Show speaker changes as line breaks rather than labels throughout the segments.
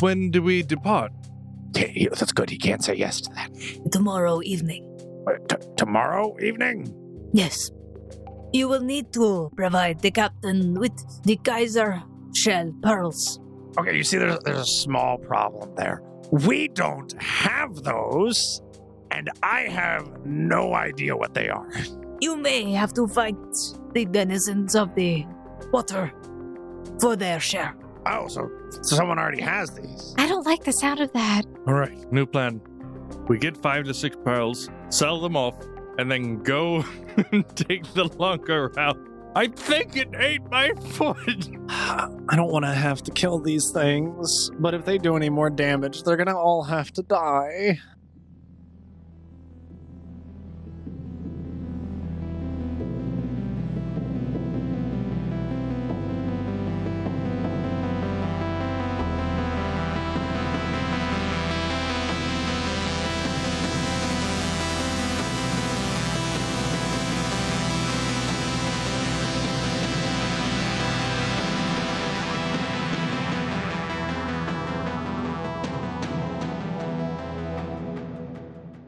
When do we depart?
Okay, he- that's good. He can't say yes to that.
Tomorrow evening.
Uh, t- tomorrow evening?
Yes. You will need to provide the captain with the Kaiser shell pearls.
Okay, you see, there's, there's a small problem there. We don't have those, and I have no idea what they are.
You may have to fight the denizens of the water for their share.
Oh, so, so someone already has these.
I don't like the sound of that.
All right, new plan. We get five to six pearls, sell them off, and then go and take the longer route. I think it ate my foot.
I don't want to have to kill these things, but if they do any more damage, they're gonna all have to die.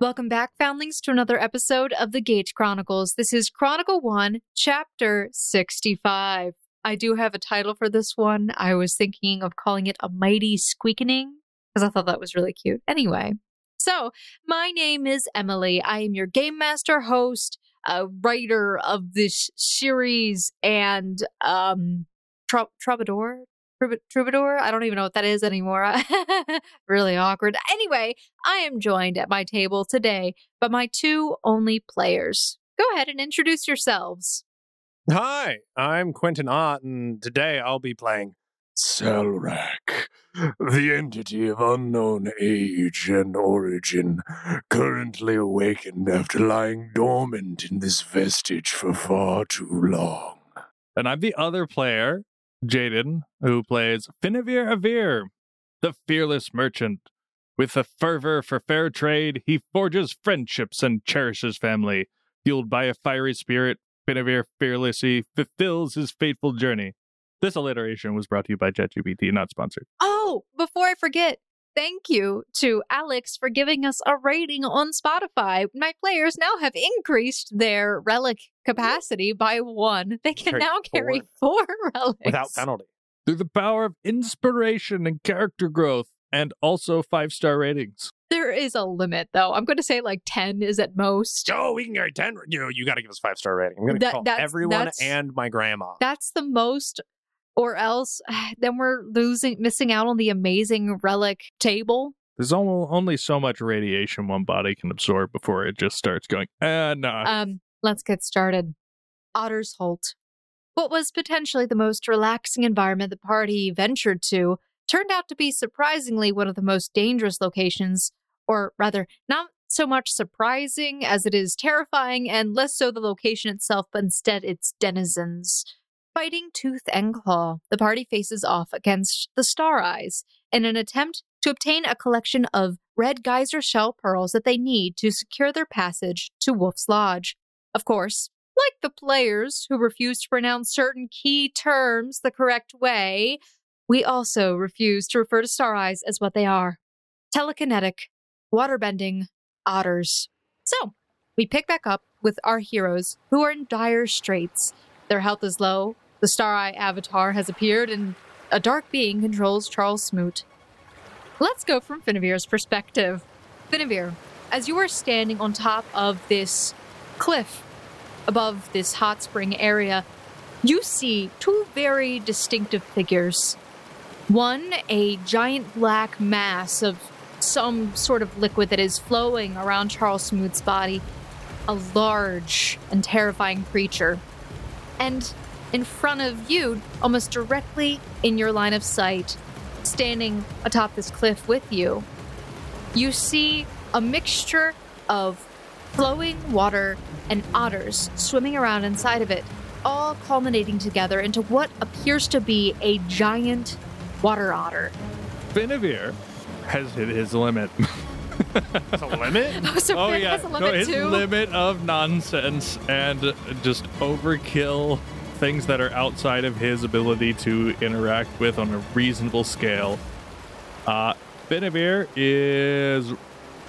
Welcome back, foundlings, to another episode of the Gage Chronicles. This is Chronicle 1, Chapter 65. I do have a title for this one. I was thinking of calling it A Mighty Squeakening because I thought that was really cute. Anyway, so my name is Emily. I am your Game Master host, uh, writer of this series, and um, trou- troubadour? Trouba- Troubadour? I don't even know what that is anymore. really awkward. Anyway, I am joined at my table today by my two only players. Go ahead and introduce yourselves.
Hi, I'm Quentin Ott, and today I'll be playing
Salrak, the entity of unknown age and origin, currently awakened after lying dormant in this vestige for far too long.
And I'm the other player, Jaden, who plays Finavir Avir, the fearless merchant. With a fervor for fair trade, he forges friendships and cherishes family. Fueled by a fiery spirit, Finavir fearlessly fulfills his fateful journey. This alliteration was brought to you by JetGPT, not sponsored.
Oh, before I forget, thank you to Alex for giving us a rating on Spotify. My players now have increased their relic capacity by one. They can
Carry
now carry four relics.
Without Penalty.
Through the power of inspiration and character growth, and also five star ratings.
There is a limit, though. I'm going to say like 10 is at most.
Joe, we can carry 10. You know, you gotta give us five star rating. I'm gonna
That-
call
that's-
everyone
that's-
and my grandma.
That's the most, or else then we're losing, missing out on the amazing relic table.
There's al- only so much radiation one body can absorb before it just starts going, ah, nah.
Um, let's get started. Otter's Holt. What was potentially the most relaxing environment the party ventured to turned out to be surprisingly one of the most dangerous locations, or rather, not so much surprising as it is terrifying, and less so the location itself, but instead its denizens. Fighting tooth and claw, the party faces off against the Star Eyes in an attempt to obtain a collection of red geyser shell pearls that they need to secure their passage to Wolf's Lodge. Of course, like the players who refuse to pronounce certain key terms the correct way, we also refuse to refer to Star Eyes as what they are telekinetic, waterbending, otters. So, we pick back up with our heroes who are in dire straits. Their health is low, the Star Eye avatar has appeared, and a dark being controls Charles Smoot. Let's go from Finavir's perspective. Finavir, as you are standing on top of this cliff above this hot spring area, you see two very distinctive figures. One, a giant black mass of some sort of liquid that is flowing around Charles Smoot's body, a large and terrifying creature. And in front of you, almost directly in your line of sight, standing atop this cliff with you, you see a mixture of flowing water and otters swimming around inside of it, all culminating together into what appears to be a giant water otter.
Finavir has hit his limit.
That's a limit?
Oh, so
oh
Finn
yeah,
has a limit
no, his
too.
limit of nonsense and just overkill things that are outside of his ability to interact with on a reasonable scale Uh, Benavir is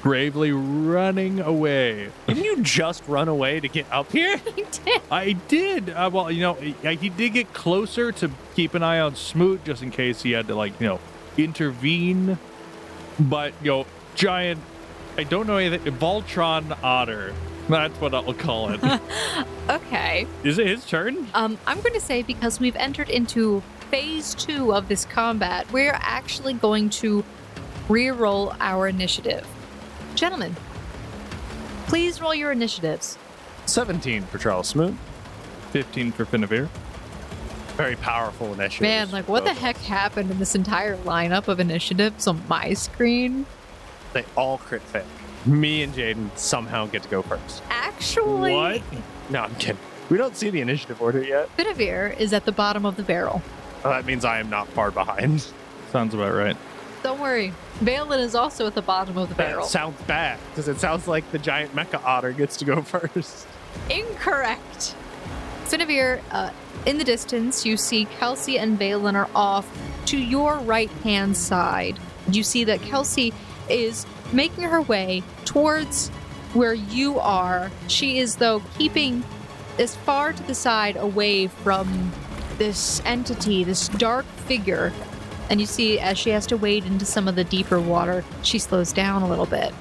bravely running away.
Didn't you just run away to get up here?
He did.
I did. Uh, well, you know, I, he did get closer to keep an eye on Smoot just in case he had to, like, you know, intervene. But, you know, giant, I don't know anything. Voltron Otter. That's what I'll call it.
Okay.
Is it his turn?
Um, I'm going to say because we've entered into phase two of this combat, we're actually going to re-roll our initiative. Gentlemen, please roll your initiatives.
17 for Charles Smoot.
15 for Finavir.
Very powerful initiative.
Man, like what the heck happened in this entire lineup of initiatives on my screen?
They all crit fail. Me and Jaden somehow get to go first.
Actually,
What? No, I'm kidding. We don't see the initiative order yet.
Benavir is at the bottom of the barrel.
Oh, that means I am not far behind.
Sounds about right.
Don't worry, Balin is also at the bottom of the
That
barrel.
sounds bad because it sounds like the giant mecha otter gets to go first.
Incorrect. Finavir, uh, in the distance, you see Kelsey and Balin are off to your right hand side. You see that Kelsey is making her way towards where you are. She is, though, keeping as far to the side away from this entity, this dark figure. And you see, as she has to wade into some of the deeper water, she slows down a little bit.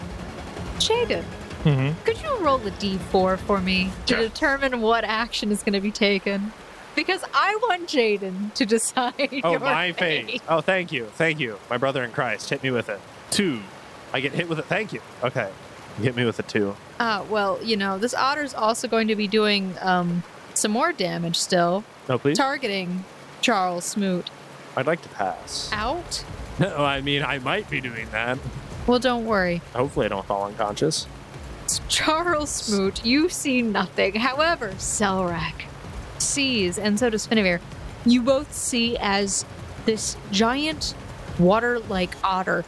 Jaden,
Mm-hmm.
could you roll a d4 for me to determine what action is going to be taken? Because I want Jaden to decide.
Oh,
your
my
fate.
fate. Oh, thank you. Thank you. My brother in Christ hit me with it. Two. I get hit with it. Thank you. Okay. You Hit me with a two.
Uh, well, you know, this otter's also going to be doing um, some more damage still,
No, please.
targeting Charles Smoot
I'd like to pass.
out.
No, I mean, I might be doing that.
Well, don't worry.
Hopefully, I don't fall unconscious.
Charles Smoot, you see nothing. However, Selrak sees, and so does Finavir. You both see as this giant water like otter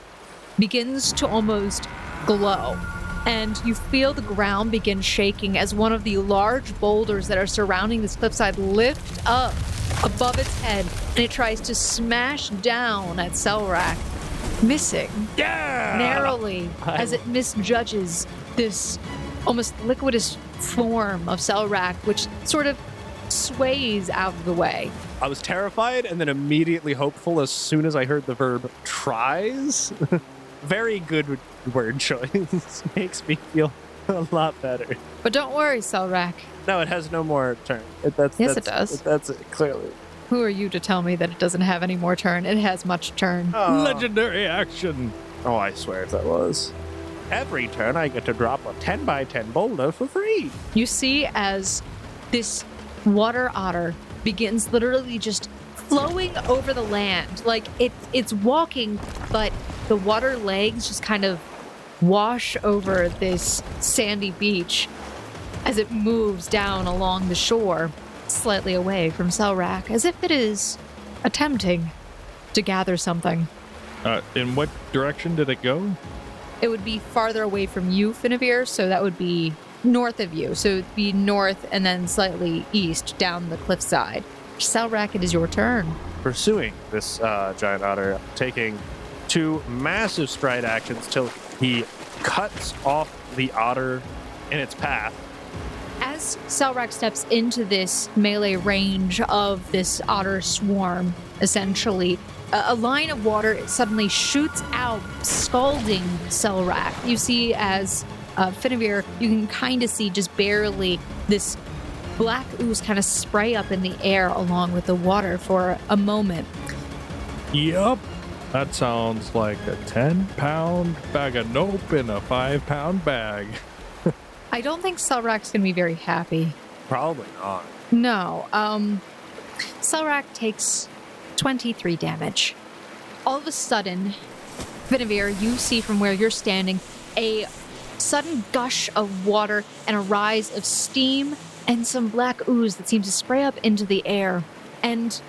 begins to almost glow. And you feel the ground begin shaking as one of the large boulders that are surrounding this cliffside lift up above its head and it tries to smash down at Selrak, missing
Um,
narrowly as it misjudges this almost liquidish form of Selrak, which sort of sways out of the way.
I was terrified and then immediately hopeful as soon as I heard the verb tries. Very good word choice. Makes me feel a lot better.
But don't worry, Selrak.
No, it has no more turn. It, that's,
Yes, it
that's-
does.
That's it, clearly.
Who are you to tell me that it doesn't have any more turn? It has much turn.
Oh.
Legendary action.
Oh, I swear if that was. Every turn, I get to drop a 10 by 10 boulder for free.
You see as this water otter begins literally just flowing over the land. Like it it's walking, but the water legs just kind of wash over this sandy beach as it moves down along the shore, slightly away from Selrak, as if it is attempting to gather something.
Uh, in what direction did it go?
It would be farther away from you, Finavir, so that would be north of you. So it'd be north and then slightly east down the cliffside. Selrak, it is your turn.
Pursuing this uh, giant otter, taking two massive stride actions till he cuts off the otter in its path.
As Selrak steps into this melee range of this otter swarm, essentially, a, a line of water suddenly shoots out, scalding Selrak. You see, as uh, Finavir, you can kind of see just barely this black ooze kind of spray up in the air along with the water for a moment.
Yup. That sounds like a 10 pound bag of nope in a 5 pound bag.
I don't think Selrak's going to be very happy.
Probably not.
No. Um, Selrak takes 23 damage. All of a sudden, Vinavir, you see from where you're standing a sudden gush of water and a rise of steam and some black ooze that seems to spray up into the air. And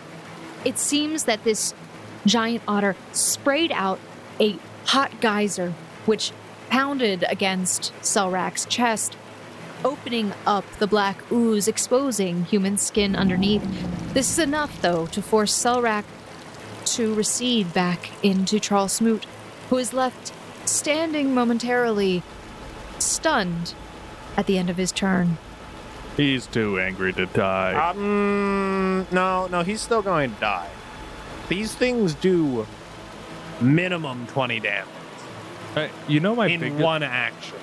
it seems that this giant otter sprayed out a hot geyser, which pounded against Selrak's chest opening up the black ooze, exposing human skin underneath. This is enough, though, to force Selrak to recede back into Charles Smoot, who is left standing momentarily, stunned at the end of his turn.
He's too angry to
Uh,
die.
Um, no, no, he's still going to die. These things do minimum 20 damage
Uh, you know my
in
biggest.
one action,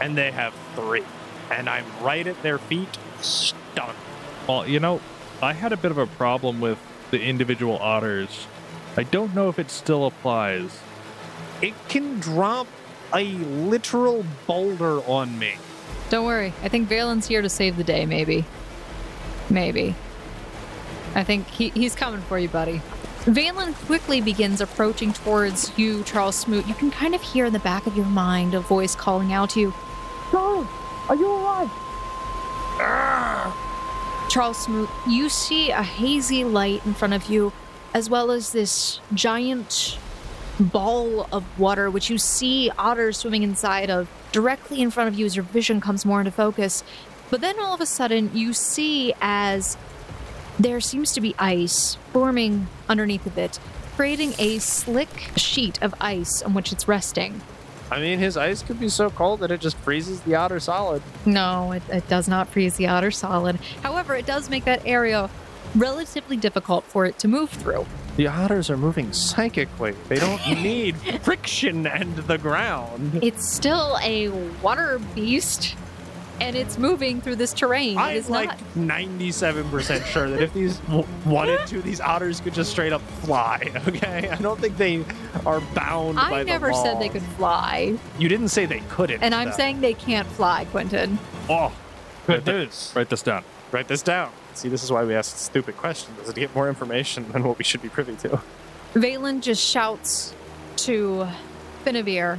and they have three. And I'm right at their feet, stunned.
Well, you know, I had a bit of a problem with the individual otters. I don't know if it still applies.
It can drop a literal boulder on me.
Don't worry. I think Valen's here to save the day, maybe. Maybe. I think he, he's coming for you, buddy. Valen quickly begins approaching towards you, Charles Smoot. You can kind of hear in the back of your mind a voice calling out to you, Charles, are you alive? Ah! Charles Smoot, you see a hazy light in front of you, as well as this giant ball of water, which you see otters swimming inside of directly in front of you as your vision comes more into focus. But then all of a sudden, you see as there seems to be ice forming underneath of it, creating a slick sheet of ice on which it's resting.
I mean, his ice could be so cold that it just freezes the otter solid.
No, it, it does not freeze the otter solid. However, it does make that area relatively difficult for it to move through.
The otters are moving psychically. They don't need friction and the ground.
It's still a water beast, and it's moving through this terrain. it
I'm
is
like
not
97% sure that if these w- wanted to, these otters could just straight up fly, okay? I don't think they are bound by
I
the
never said they
law.
could fly,
You didn't say they couldn't.
and I'm
though.
saying they can't fly, Quentin.
Oh, good
Write thi-
news.
Write this down.
Write this down. See, this is why we asked stupid questions, to get more information than what we should be privy to.
Valen just shouts to Finavir,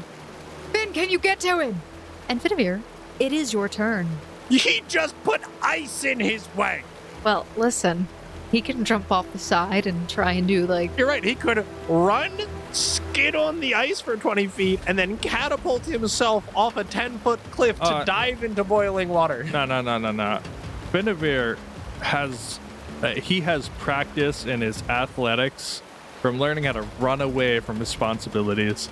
Finn, can you get to him? And Finavir, it is your turn.
He just put ice in his way.
Well, listen, he can jump off the side and try and do like
You're right. He could run, skid on the ice for 20 feet, and then catapult himself off a 10 foot cliff to
Uh,
dive into boiling water.
No, no, no, no, no. Benavir has uh, he has practice in his athletics from learning how to run away from responsibilities.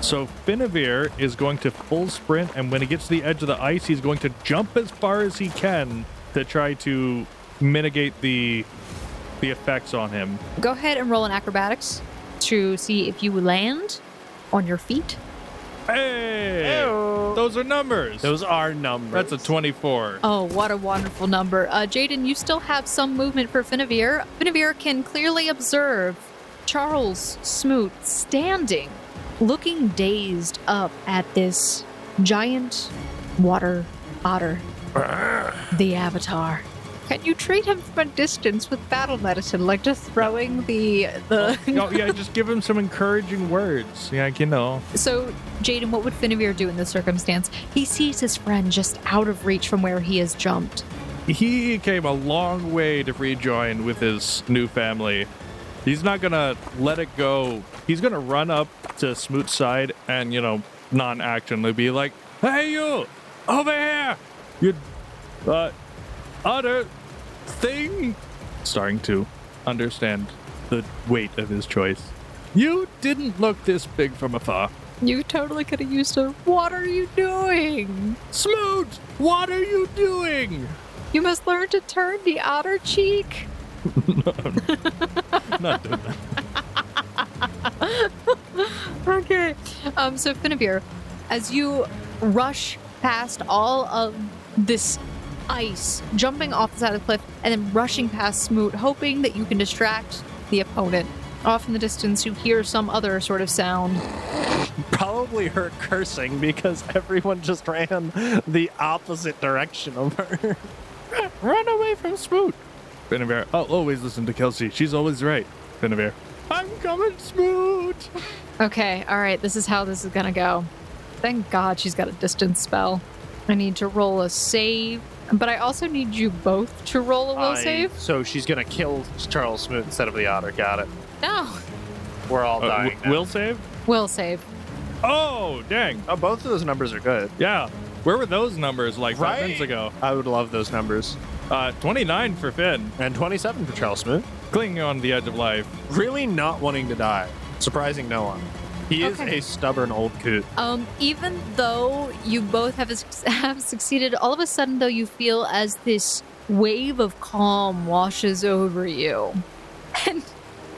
So Finavir is going to full sprint, and when he gets to the edge of the ice, he's going to jump as far as he can to try to mitigate the the effects on him.
Go ahead and roll an acrobatics to see if you land on your feet.
Hey, those are numbers.
Those are numbers.
That's a twenty-four.
Oh, what a wonderful number. Uh, Jaden, you still have some movement for Finavir. Finavir can clearly observe Charles Smoot standing, looking dazed up at this giant water otter, the Avatar. Can you treat him from a distance with battle medicine, like just throwing the the?
oh, yeah, just give him some encouraging words. Yeah, like, you know.
So, Jaden, what would Finavir do in this circumstance? He sees his friend just out of reach from where he has jumped.
he came a long way to rejoin with his new family. He's not gonna let it go. He's gonna run up to Smoot's side and, you know, non actionly be like, Hey, you! Over here! You, uh, utter thing! Starting to understand the weight of his choice. You didn't look this big from afar.
You totally could have used a what are you doing?
Smoot! What are you doing?
You must learn to turn the otter cheek.
Not doing that.
Okay. Um, so Finavir, as you rush past all of this ice, jumping off the side of the cliff and then rushing past Smoot, hoping that you can distract the opponent. Off in the distance, you hear some other sort of sound.
probably her cursing because everyone just ran the opposite direction of her.
Run away from Smoot. Benavir, I'll always listen to Kelsey. She's always right. Benavir, I'm coming, Smoot.
Okay, all right, this is how this is gonna go. Thank God she's got a distance spell. I need to roll a save, but I also need you both to roll a will save.
So she's gonna kill Charles Smoot instead of the otter. Got it.
No,
We're all dying. now.
Uh, will save?
will save.
Oh, dang.
Oh, both of those numbers are good.
Yeah. Where were those numbers like five
Right?
minutes ago?
I would love those numbers.
Uh, 29 for Finn.
And 27 for Charles Smoot.
clinging on to the edge of life.
Really not wanting to die. Surprising no one. He is
Okay.
a stubborn old coot.
Um, even though you both have, have succeeded, all of a sudden, though, you feel as this wave of calm washes over you. And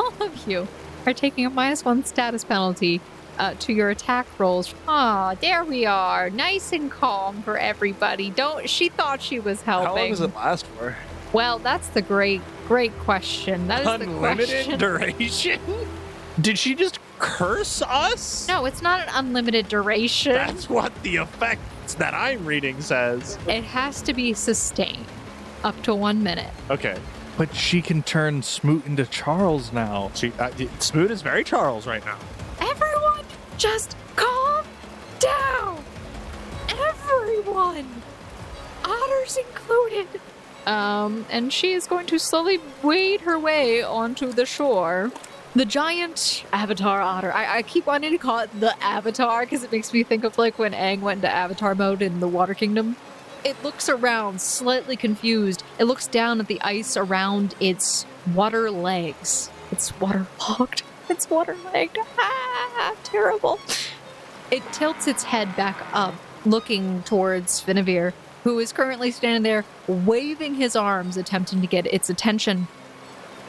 all of you are taking a minus one status penalty uh, to your attack rolls. Ah, there we are. Nice and calm for everybody. Don't. She thought she was helping.
How long does it last for?
Well, that's the great, great question. That is the question.
Unlimited duration? Did she just curse us?
No, it's not an unlimited duration.
That's what the effects that I'm reading says.
It has to be sustained up to one minute.
Okay.
But she can turn Smoot into Charles now.
She, uh, Smoot is very Charles right now.
Everyone, just calm down. Everyone, otters included. Um, and she is going to slowly wade her way onto the shore. The giant avatar otter. I, I keep wanting to call it the avatar because it makes me think of like when Aang went into avatar mode in the Water Kingdom. It looks around, slightly confused. It looks down at the ice around its water legs. It's waterlogged. It's water legged. Ah, terrible. It tilts its head back up, looking towards Finavir, who is currently standing there, waving his arms, attempting to get its attention.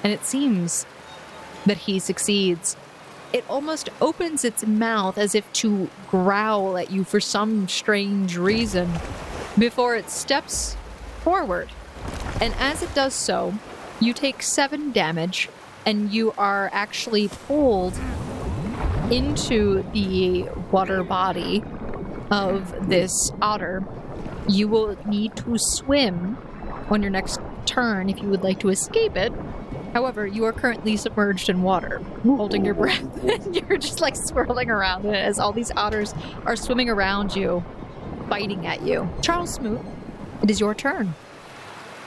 And it seems that he succeeds. It almost opens its mouth as if to growl at you for some strange reason before it steps forward. And as it does so, you take seven damage and you are actually pulled into the water body of this otter. You will need to swim on your next turn if you would like to escape it. However, you are currently submerged in water, holding your breath, and you're just like swirling around in it as all these otters are swimming around you, biting at you. Charles Smoot, it is your turn.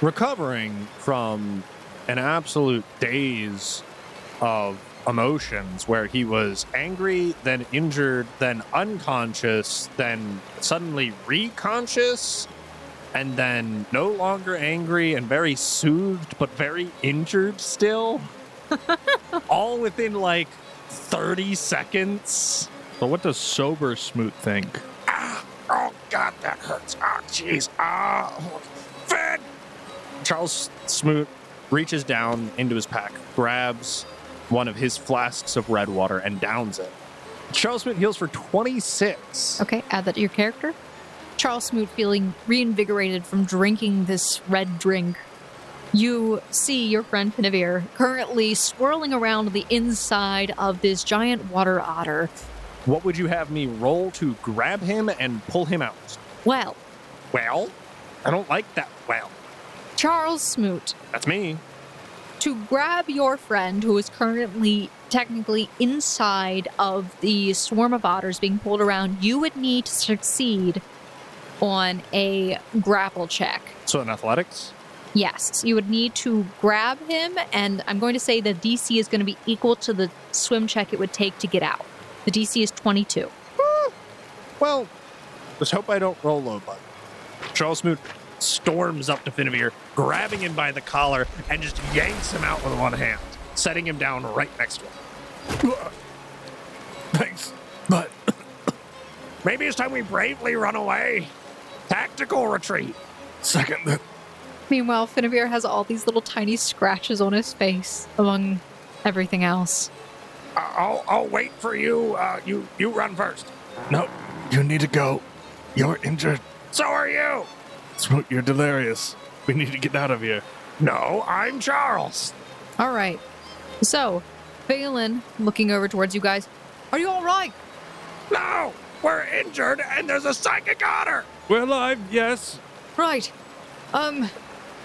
recovering from an absolute daze of emotions where he was angry, then injured, then unconscious, then suddenly reconscious, and then no longer angry and very soothed, but very injured still. All within like 30 seconds.
But what does sober Smoot think?
Oh god, that hurts. Oh jeez. Oh, Finn.
Charles Smoot reaches down into his pack, grabs one of his flasks of red water, and downs it. Charles Smoot heals for 26.
Okay, add that to your character. Charles Smoot feeling reinvigorated from drinking this red drink. You see your friend Pinavere currently swirling around the inside of this giant water otter.
What would you have me roll to grab him and pull him out?
Well,
Well, I don't like that. Well,
Charles Smoot,
that's me.
to grab your friend who is currently technically inside of the swarm of otters being pulled around, you would need to succeed on a grapple check.
So in athletics,
Yes, you would need to grab him, and I'm going to say the DC is going to be equal to the swim check it would take to get out. The DC is 22.
well, let's hope I don't roll low, bud.
Charles Smoot storms up to Finavir, grabbing him by the collar and just yanks him out with one hand, setting him down right next to him. Thanks, but maybe it's time we bravely run away. Tactical retreat.
Second, that
Meanwhile, Finavir has all these little tiny scratches on his face, among everything else.
I- I'll I'll wait for you. Uh, you you run first.
no, you need to go. You're injured.
So are you.
Smoot, you're delirious.
We need to get out of here.
No, I'm Charles.
All right. So, Phelan, looking over towards you guys, are you all right?
No, we're injured, and there's a psychic otter.
We're alive, yes.
Right. Um,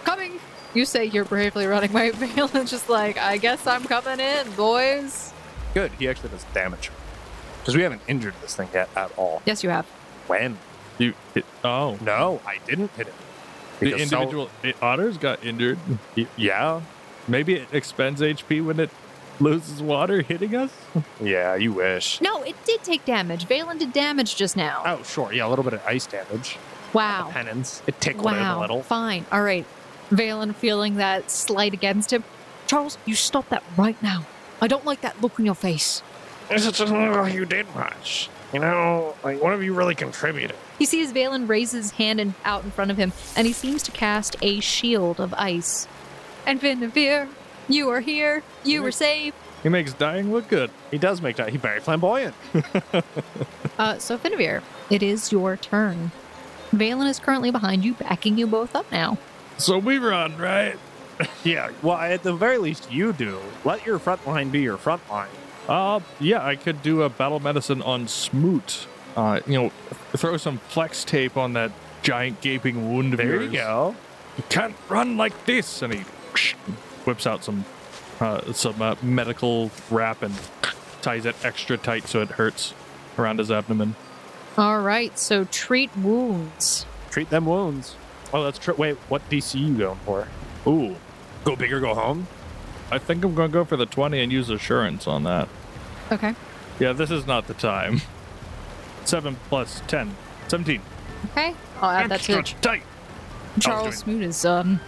coming. You say you're bravely running. My Phelan's just like, I guess I'm coming in, boys.
Good. He actually does damage. Because we haven't injured this thing yet at all.
Yes, you have.
When?
You it, oh.
No, I didn't hit it.
The
Because so-
individual the otters got injured.
Y- yeah.
Maybe it expends HP when it loses water hitting us?
Yeah, you wish.
No, it did take damage. Valen did damage just now.
Oh, sure. Yeah, a little bit of ice damage.
wow.
Penance. It tickled him a
Wow.
little.
Fine. All right. Valen feeling that slight against him. Charles, you stop that right now. I don't like that look on your face.
This doesn't look like you did much. You know, like, what have you really contributed?
He sees Valen raise his hand in, out in front of him, and he seems to cast a shield of ice. And Vinavir, you are here. You were saved.
He makes dying look good.
He does make that. He's very flamboyant.
Uh, so, Vinavir, it is your turn. Valen is currently behind you, backing you both up now.
So we run, right?
Yeah. Well, at the very least, you do. Let your front line be your front line.
Uh, yeah, I could do a battle medicine on Smoot. Uh, you know, throw some flex tape on that giant gaping wound of
There you
yours.
go.
You can't run like this, and he whips out some uh, some uh, medical wrap and ties it extra tight so it hurts around his abdomen.
All right, so treat wounds.
Treat them wounds. Oh, that's true. Wait, what DC you going for?
Ooh,
Go big or go home?
I think I'm gonna go for the twenty and use assurance on that.
Okay.
Yeah, this is not the time. Seven plus ten. Seventeen.
Okay. I'll add that to
Extra tight.
Charles Smoot is um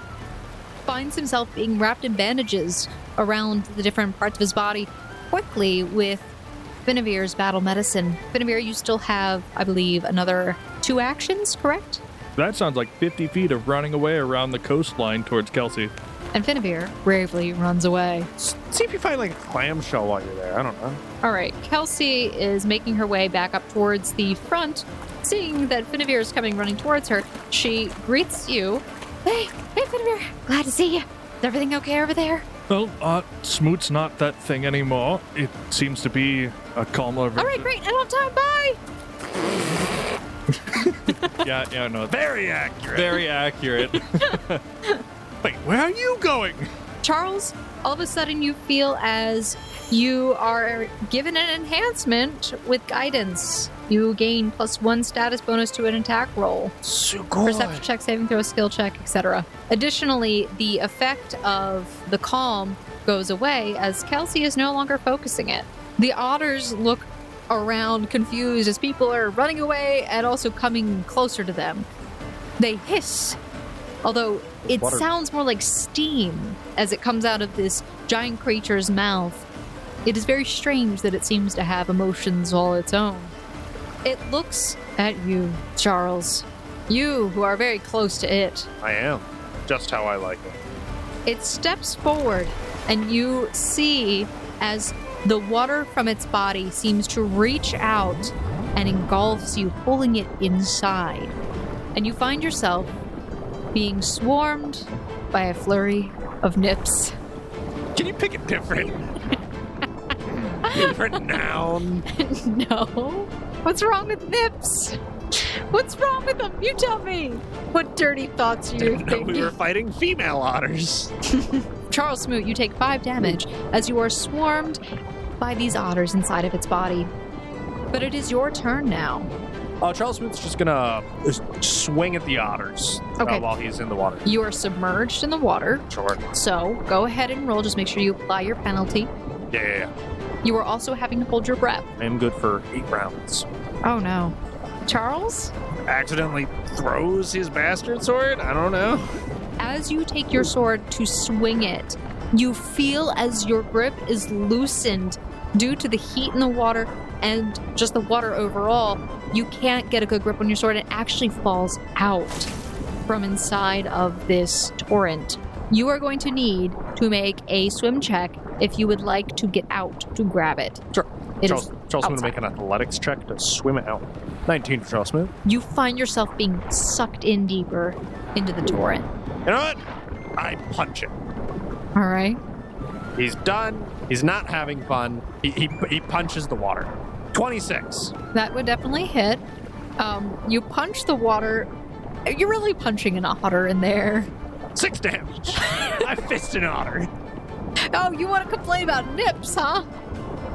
finds himself being wrapped in bandages around the different parts of his body quickly with Benevir's battle medicine. Benevir, you still have, I believe, another two actions, correct?
That sounds like 50 feet of running away around the coastline towards Kelsey.
And Benevir bravely runs away.
See if you find like a clamshell while you're there. I don't know.
All right, Kelsey is making her way back up towards the front. Seeing that Finavir is coming running towards her, she greets you. Hey, hey, Finavir, glad to see you. Is everything okay over there?
Well, uh, Smoot's not that thing anymore. It seems to be a calmer
All right, great. I don't have time. Bye.
Yeah, yeah, no.
Very accurate.
Very accurate. Wait, where are you going?
Charles, all of a sudden you feel as you are given an enhancement with guidance. You gain plus one status bonus to an attack roll, perception check, saving throw, skill check, etc. Additionally, the effect of the calm goes away as Kelsey is no longer focusing it. The otters look around confused as people are running away and also coming closer to them. They hiss, although it
Water.
sounds more like steam as it comes out of this giant creature's mouth. It is very strange that it seems to have emotions all its own. It looks at you, Charles. You, who are very close to it.
I am. Just how I like it.
It steps forward, and you see as the water from its body seems to reach out and engulfs you, pulling it inside. And you find yourself being swarmed by a flurry of nips.
Can you pick a different, different noun?
no. What's wrong with nips? What's wrong with them? You tell me. What dirty thoughts are
No,
you thinking?
we were fighting female otters.
Charles Smoot, you take five damage as you are swarmed by these otters inside of its body. But it is your turn now.
Uh, Charles Smith's just gonna uh, swing at the otters uh,
Okay.
while he's in the water.
You are submerged in the water,
Sure.
so go ahead and roll. Just make sure you apply your penalty.
Yeah, yeah, yeah.
You are also having to hold your breath.
I am good for eight rounds.
Oh no. Charles,
Accidentally throws his bastard sword? I don't know.
as you take your sword to swing it, you feel as your grip is loosened due to the heat in the water and just the water overall. You can't get a good grip on your sword. It actually falls out from inside of this torrent. You are going to need to make a swim check if you would like to get out to grab it.
Sure.
It
Charles,
is-
Charles Smith
outside.
will make an athletics check to swim it out. 19 for Charles Smith.
you find yourself being sucked in deeper into the torrent.
You know what? I punch it.
All right.
He's done. He's not having fun. He, he, he punches the water. 26.
That would definitely hit. Um, you punch the water. You're really punching an otter in there.
Six damage. I fist an otter.
Oh, you want to complain about nips, huh?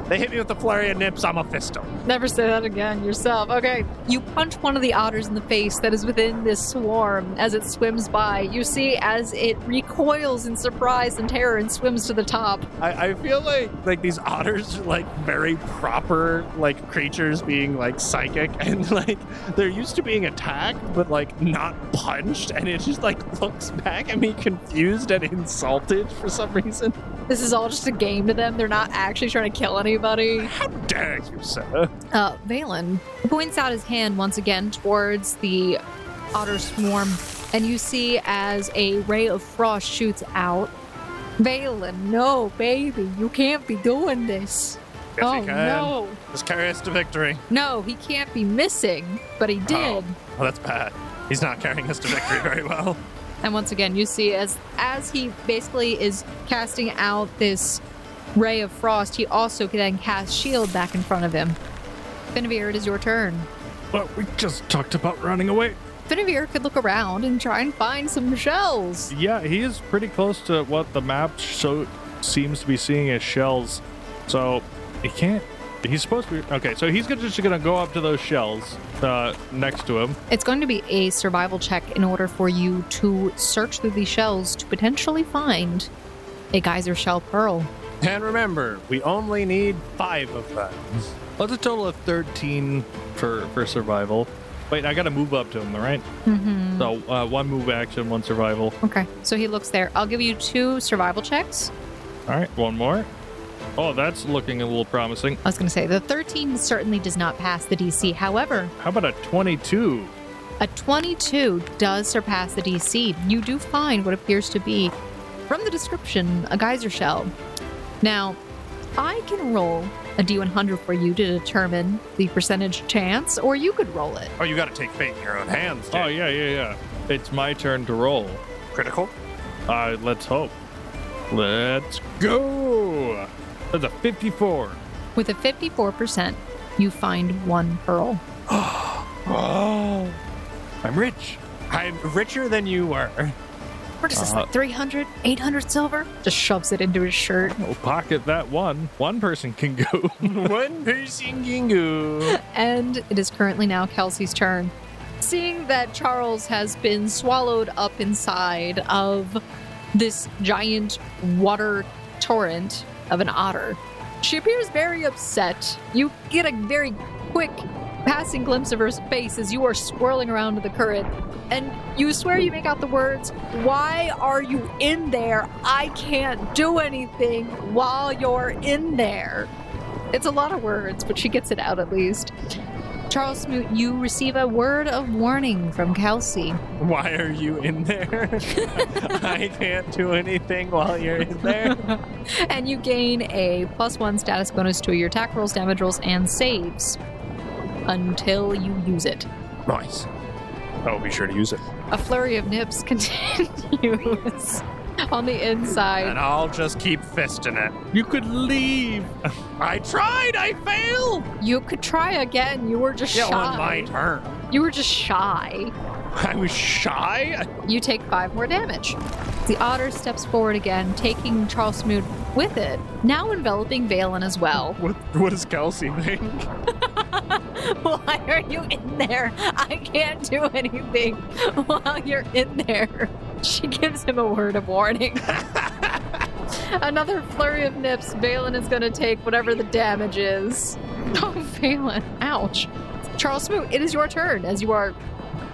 They hit me with the flurry of nips. I'm a fist 'em.
Never say that again yourself. Okay. You punch one of the otters in the face that is within this swarm as it swims by. You see as it recoils in surprise and terror and swims to the top.
I, I feel like like these otters are like very proper like creatures being like psychic and like they're used to being attacked but like not punched and it just like looks back at me confused and insulted for some reason.
This is all just a game to them. They're not actually trying to kill anybody.
How dare you, sir?
Uh, Valen points out his hand once again towards the otter swarm, and you see as a ray of frost shoots out. Valen, no, baby, you can't be doing this.
Yes,
oh
he can.
no,
Just carry us to victory.
no, he can't be missing, but he did.
Oh, that's bad. He's not carrying us to victory very well.
And once again, you see as as he basically is casting out this ray of frost, he also can then cast shield back in front of him. Finavir, it is your turn.
But we just talked about running away.
Finavir could look around and try and find some shells.
Yeah, he is pretty close to what the map so seems to be seeing as shells. So he can't. He's supposed to be okay. So he's gonna, just gonna go up to those shells uh, next to him.
It's going to be a survival check in order for you to search through these shells to potentially find a geyser shell pearl.
And remember, we only need five of them.
That's a total of thirteen for for survival. Wait, I gotta move up to him, right?
Mm-hmm.
So uh, one move action, one survival.
Okay, so he looks there. I'll give you two survival checks.
All right, one more. Oh, that's looking a little promising.
I was going to say the 13 certainly does not pass the DC. However,
How about a twenty-two?
A 22 does surpass the DC. You do find what appears to be, from the description, a geyser shell. Now, I can roll a D100 for you to determine the percentage chance, or you could roll it.
Oh, you got to take fate in your own hands.
Oh
Jake.
yeah, yeah, yeah. It's my turn to roll.
critical.
Uh, let's hope. Let's go. That's a 54.
With a 54%, you find one pearl.
Oh, I'm rich.
I'm richer than you were.
What is this, like 300, 800 silver? Just shoves it into his shirt.
We'll pocket that one. One person can go.
One person can go.
And it is currently now Kelsey's turn. Seeing that Charles has been swallowed up inside of this giant water torrent of an otter, she appears very upset. You get a very quick passing glimpse of her face as you are swirling around the current. And you swear you make out the words, Why are you in there? I can't do anything while you're in there. It's a lot of words, but she gets it out at least. Charles Smoot, you receive a word of warning from Kelsey.
Why are you in there? I can't do anything while you're in there.
and you gain a plus one status bonus to your attack rolls, damage rolls, and saves until you use it.
Nice. I'll Oh, be sure to use it.
A flurry of nips continues on the inside.
And I'll just keep fisting it.
you could leave.
I tried, I failed!
You could try again. You were just
Yeah, on my
shy.
turn.
You were just shy.
I was shy?
You take five more damage. The otter steps forward again, taking Charles Smoot with it, now enveloping Valen as well.
What, what does Kelsey think?
Why are you in there? I can't do anything while you're in there.
She gives him a word of warning. Another flurry of nips. Valen is going to take whatever the damage is. Oh, Valen. Ouch. Charles Smoot, it is your turn as you are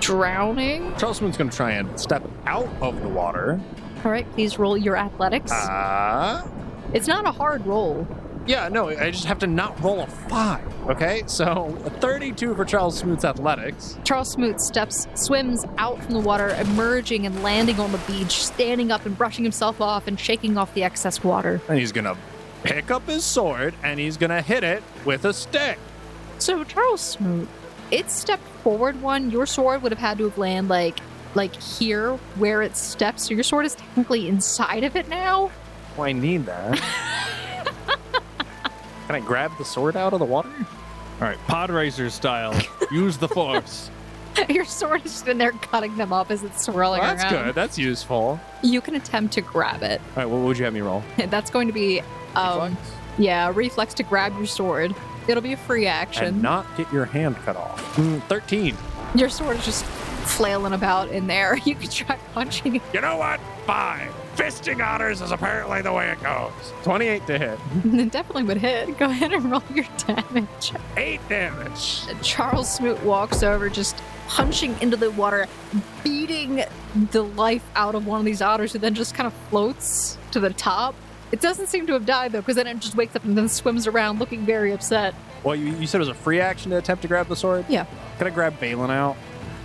drowning.
Charles Moon's gonna try and step
Out of the water.
All right, please roll your athletics.
Ah.
Uh,
it's not a hard roll.
Yeah, no, I just have to not roll a five. Okay, so a 32 for Charles Smoot's athletics.
Charles Smoot steps, swims out from the water, emerging and landing on the beach, standing up and brushing himself off and shaking off the excess water.
and he's gonna pick up his sword and he's gonna hit it with a stick.
So Charles Smoot, it stepped forward one. Your sword would have had to have landed like like here where it steps. So your sword is technically inside of it now.
Oh,
Well, I need that. Can I grab the sword out of the water?
All right, pod racer style. Use the force.
your sword is just in there cutting them up as it's swirling
Well, that's
around.
good. That's useful. All
good. You can attempt to grab it.
right, what would you have me roll?
That's going to be um, yeah, reflex to grab your sword. It'll be a free
And
action.
not get your hand cut off. Mm, 13.
your sword is just flailing about in there. You could try punching it.
You know what? Fine. Fisting otters is apparently the way it goes.
28 to hit.
It definitely would hit. Go ahead and roll your damage.
Eight damage.
Charles Smoot walks over, just punching into the water, beating the life out of one of these otters, who then just kind of floats to the top. It doesn't seem to have died though, because then it just wakes up and then swims around looking very upset.
Well, you, you said it was a free action to attempt to grab the sword?
Yeah.
Can I grab Balin out?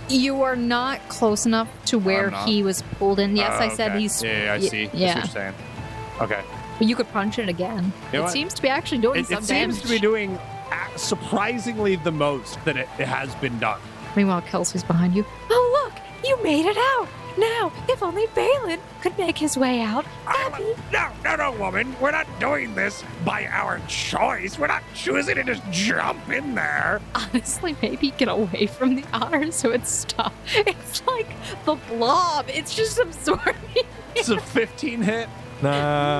You are not close enough to where
I'm not.
he was pulled in. Yes,
Oh,
I said
okay.
he's.
Yeah, yeah, I
y-
see. I see
yeah.
what you're saying. Okay.
But you could punch it again.
You know
it
what?
seems to be actually doing
It,
some
it seems to be
damage.
doing a- surprisingly the most that it, it has been done.
Meanwhile, Kelsey's behind you. Oh look, you made it out. Now, if only Balin could make his way out.
I'm- No, no, no, woman. We're not doing this by our choice. We're not choosing to just jump in there.
Honestly, maybe get away from the otter so it stops. It's like the blob. It's just absorbing.
It's a 15 hit.
Nah,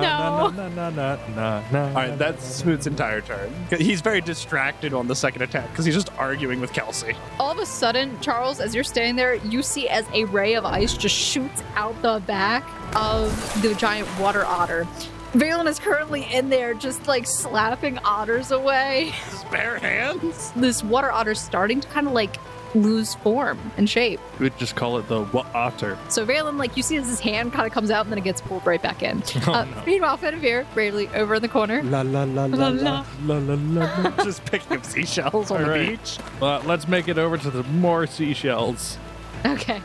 nah,
No.
nah, nah, nah, nah, nah,
All right, that's Smoot's entire turn. He's very distracted on the second attack because he's just arguing with Kelsey.
All of a sudden, Charles, as you're standing there, you see as a ray of ice just shoots out the back of the giant water otter. Valen is currently in there just like slapping otters away.
Spare hands.
This water otter's starting to kind of like lose form and shape.
We just call it the wa- otter.
So Valen, like you see as his hand kind of comes out and then it gets pulled right back in.
Oh,
uh,
no.
Meanwhile, Fenivir, bravely over in the corner.
La la la
La, la.
la la la.
just picking up seashells on
All
the
right.
beach.
Uh, let's make it over to the more seashells.
Okay.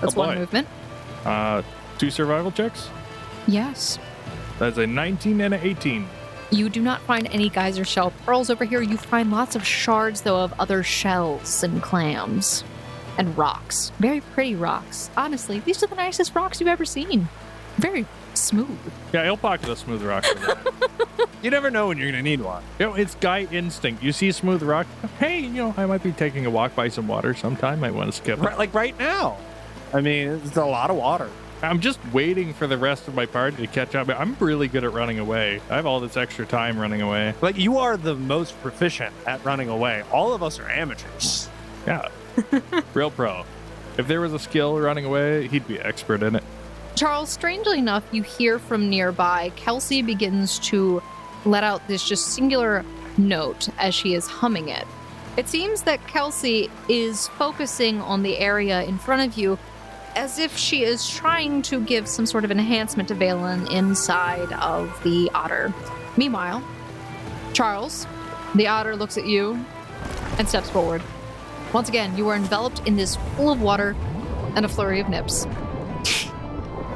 That's
Oh,
one
boy.
movement.
Uh, two survival checks.
Yes.
That's a 19 and an 18.
You do not find any geyser shell pearls over here. You find lots of shards, though, of other shells and clams and rocks. Very pretty rocks. Honestly, these are the nicest rocks you've ever seen. Very smooth.
Yeah, he'll pocket a smooth rock. for that.
You never know when you're going to need one.
you know, it's guy instinct. You see a smooth rock. Hey, you know, I might be taking a walk by some water sometime. I want to skip. it."
Right, like right now. I mean, it's a lot of water.
I'm just waiting for the rest of my party to catch up. I'm really good at running away. I have all this extra time running away.
Like you are the most proficient at running away. All of us are amateurs.
Yeah, real pro. If there was a skill running away, he'd be expert in it.
Charles, strangely enough, you hear from nearby Kelsey begins to let out this just singular note as she is humming it. It seems that Kelsey is focusing on the area in front of you as if she is trying to give some sort of enhancement to Valen inside of the otter. Meanwhile, Charles, the otter looks at you and steps forward. Once again, you are enveloped in this pool of water and a flurry of nips.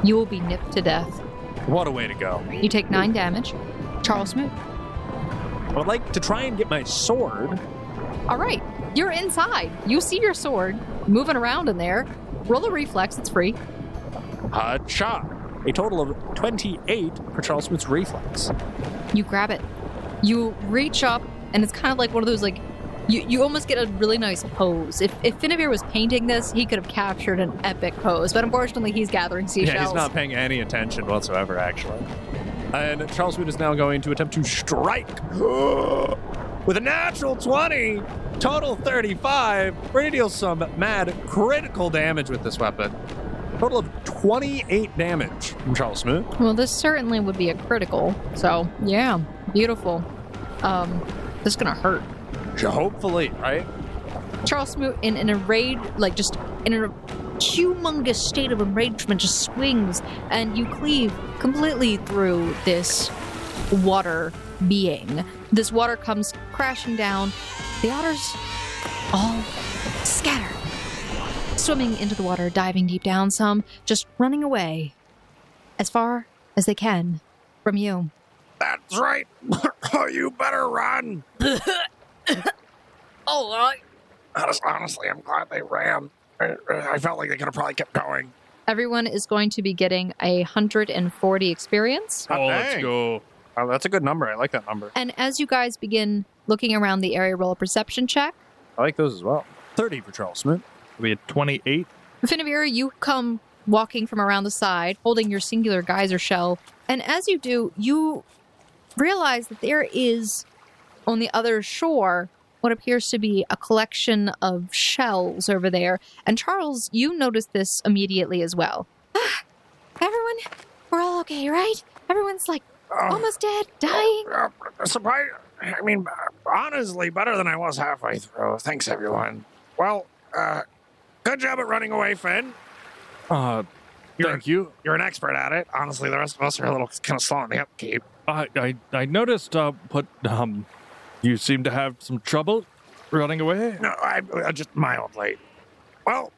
You will be nipped to death.
What a way to go.
You take nine damage. Charles move.
I would like to try and get my sword.
All right, you're inside. You see your sword moving around in there. Roll a reflex, it's free.
Ha cha. A total of 28 for Charles Smith's reflex.
You grab it. You reach up, and it's kind of like one of those, like, you, you almost get a really nice pose. If, if Finavir was painting this, he could have captured an epic pose, but unfortunately, he's gathering seashells.
Yeah, he's not paying any attention whatsoever, actually. And Charles Smoot is now going to attempt to strike with a natural 20, total 35. We're going to deal some mad critical damage with this weapon. Total of 28 damage from Charles Smoot.
Well, this certainly would be a critical. So, yeah, beautiful. Um, this is going to hurt.
Hopefully, right?
Charles Smoot, in an enraged, like just in a humongous state of enragement, just swings and you cleave completely through this water being. This water comes crashing down. The otters all scatter, swimming into the water, diving deep down, some just running away as far as they can from you.
That's right. Oh, you better run.
All right.
Honest- Honestly, I'm glad they ran. I, I felt like they could have probably kept going.
Everyone is going to be getting a 140 experience.
Ah,
Oh, let's go.
Oh, that's a good number. I like that number.
And as you guys begin looking around the area, roll a perception check.
I like those as well.
30 for Charles Smoot.
It'll be a 28.
Finavir, you come walking from around the side, holding your singular geyser shell. And as you do, you realize that there is on the other shore what appears to be a collection of shells over there. And Charles, you notice this immediately as well. Ah, everyone, we're all okay, right? Everyone's like
Oh,
almost dead, dying.
uh, surprise. I mean, honestly, better than I was halfway through. Thanks, everyone. Well, uh, good job at running away, Finn.
Uh,
You're,
Thank you.
you're an expert at it. Honestly, the rest of us are a little kind of slow on the upkeep.
I I, I noticed, uh, but um, you seem to have some trouble running away.
No, I, I just mildly. Well,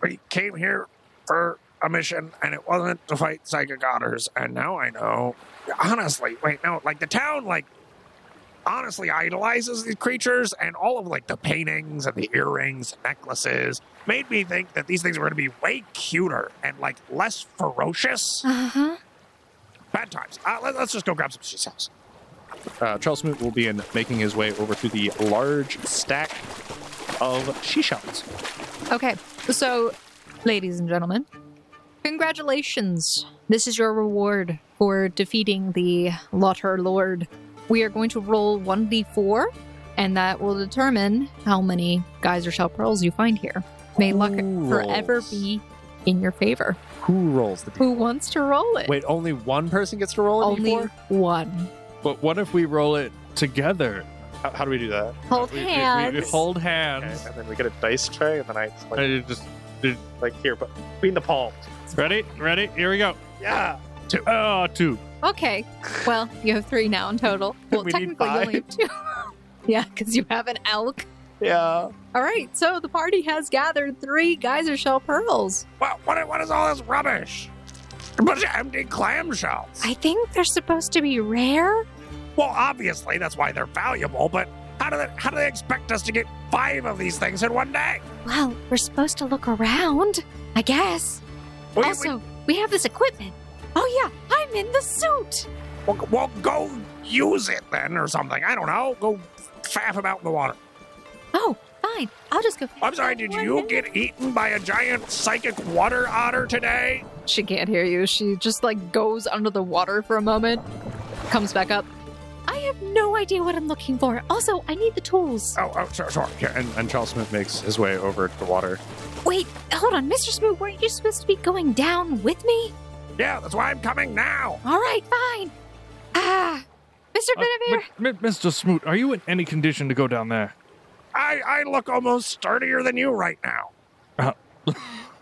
we came here for a mission, and it wasn't to fight psychic otters. And now I know. Honestly, wait, no, like the town, like honestly idolizes these creatures, and all of like the paintings and the earrings, necklaces, made me think that these things were going to be way cuter and like less ferocious.
Uh huh.
Bad times. Uh, let, us just go grab some shit house.
Uh, Charles Smoot will be in making his way over to the large stack of shishans.
Okay, so, ladies and gentlemen, congratulations. This is your reward for defeating the Lotter Lord. We are going to roll 1d4, and that will determine how many Geyser Shell Pearls you find here. May luck
Who
forever
rolls?
be in your favor.
Who rolls the d
Who wants to roll it?
Wait, only one person gets to roll a
Only
d4?
one.
But what if we roll it together?
How, how do we do that?
Hold
We- we- we
hands.
hold
Okay,
hands.
and then we get a dice tray, and then I
Uh,
like,
you just
like here, but between the palms.
ready, ready. Here we go.
Yeah.
Oh, two.
Okay. Well, you have three now in total. Well,
We need
technically, you only have two. yeah, because you have an elk.
Yeah.
All right. So the party has gathered three geyser shell pearls.
Wow, what, what is all this rubbish? A bunch of empty clamshells.
I think they're supposed to be rare.
Well, obviously that's why they're valuable, but how do they how do they expect us to get five of these things in one day?
Well, we're supposed to look around, I guess.
We,
also, we have this equipment. Oh, yeah. I'm in the suit.
we, well, well, go use it then or something. I don't know. Go faff about in the water.
Oh, fine. I'll just go.
I'm sorry, did you get eaten by a giant psychic water otter today?
She can't hear you. She just like goes under the water for a moment, comes back up. I have no idea what I'm looking for. Also, I need the tools.
Oh, oh sure, sure.
Yeah, and, and Charles Smith makes his way over to the water.
Wait, hold on, Mr. Smoot, weren't you supposed to be going down with me?
Yeah, that's why I'm coming now.
All right, fine. Ah, Mr.
Uh,
Benavir.
Mi- Mi- Mr. Smoot, are you in any condition to go down there?
I, I look almost sturdier than you right now.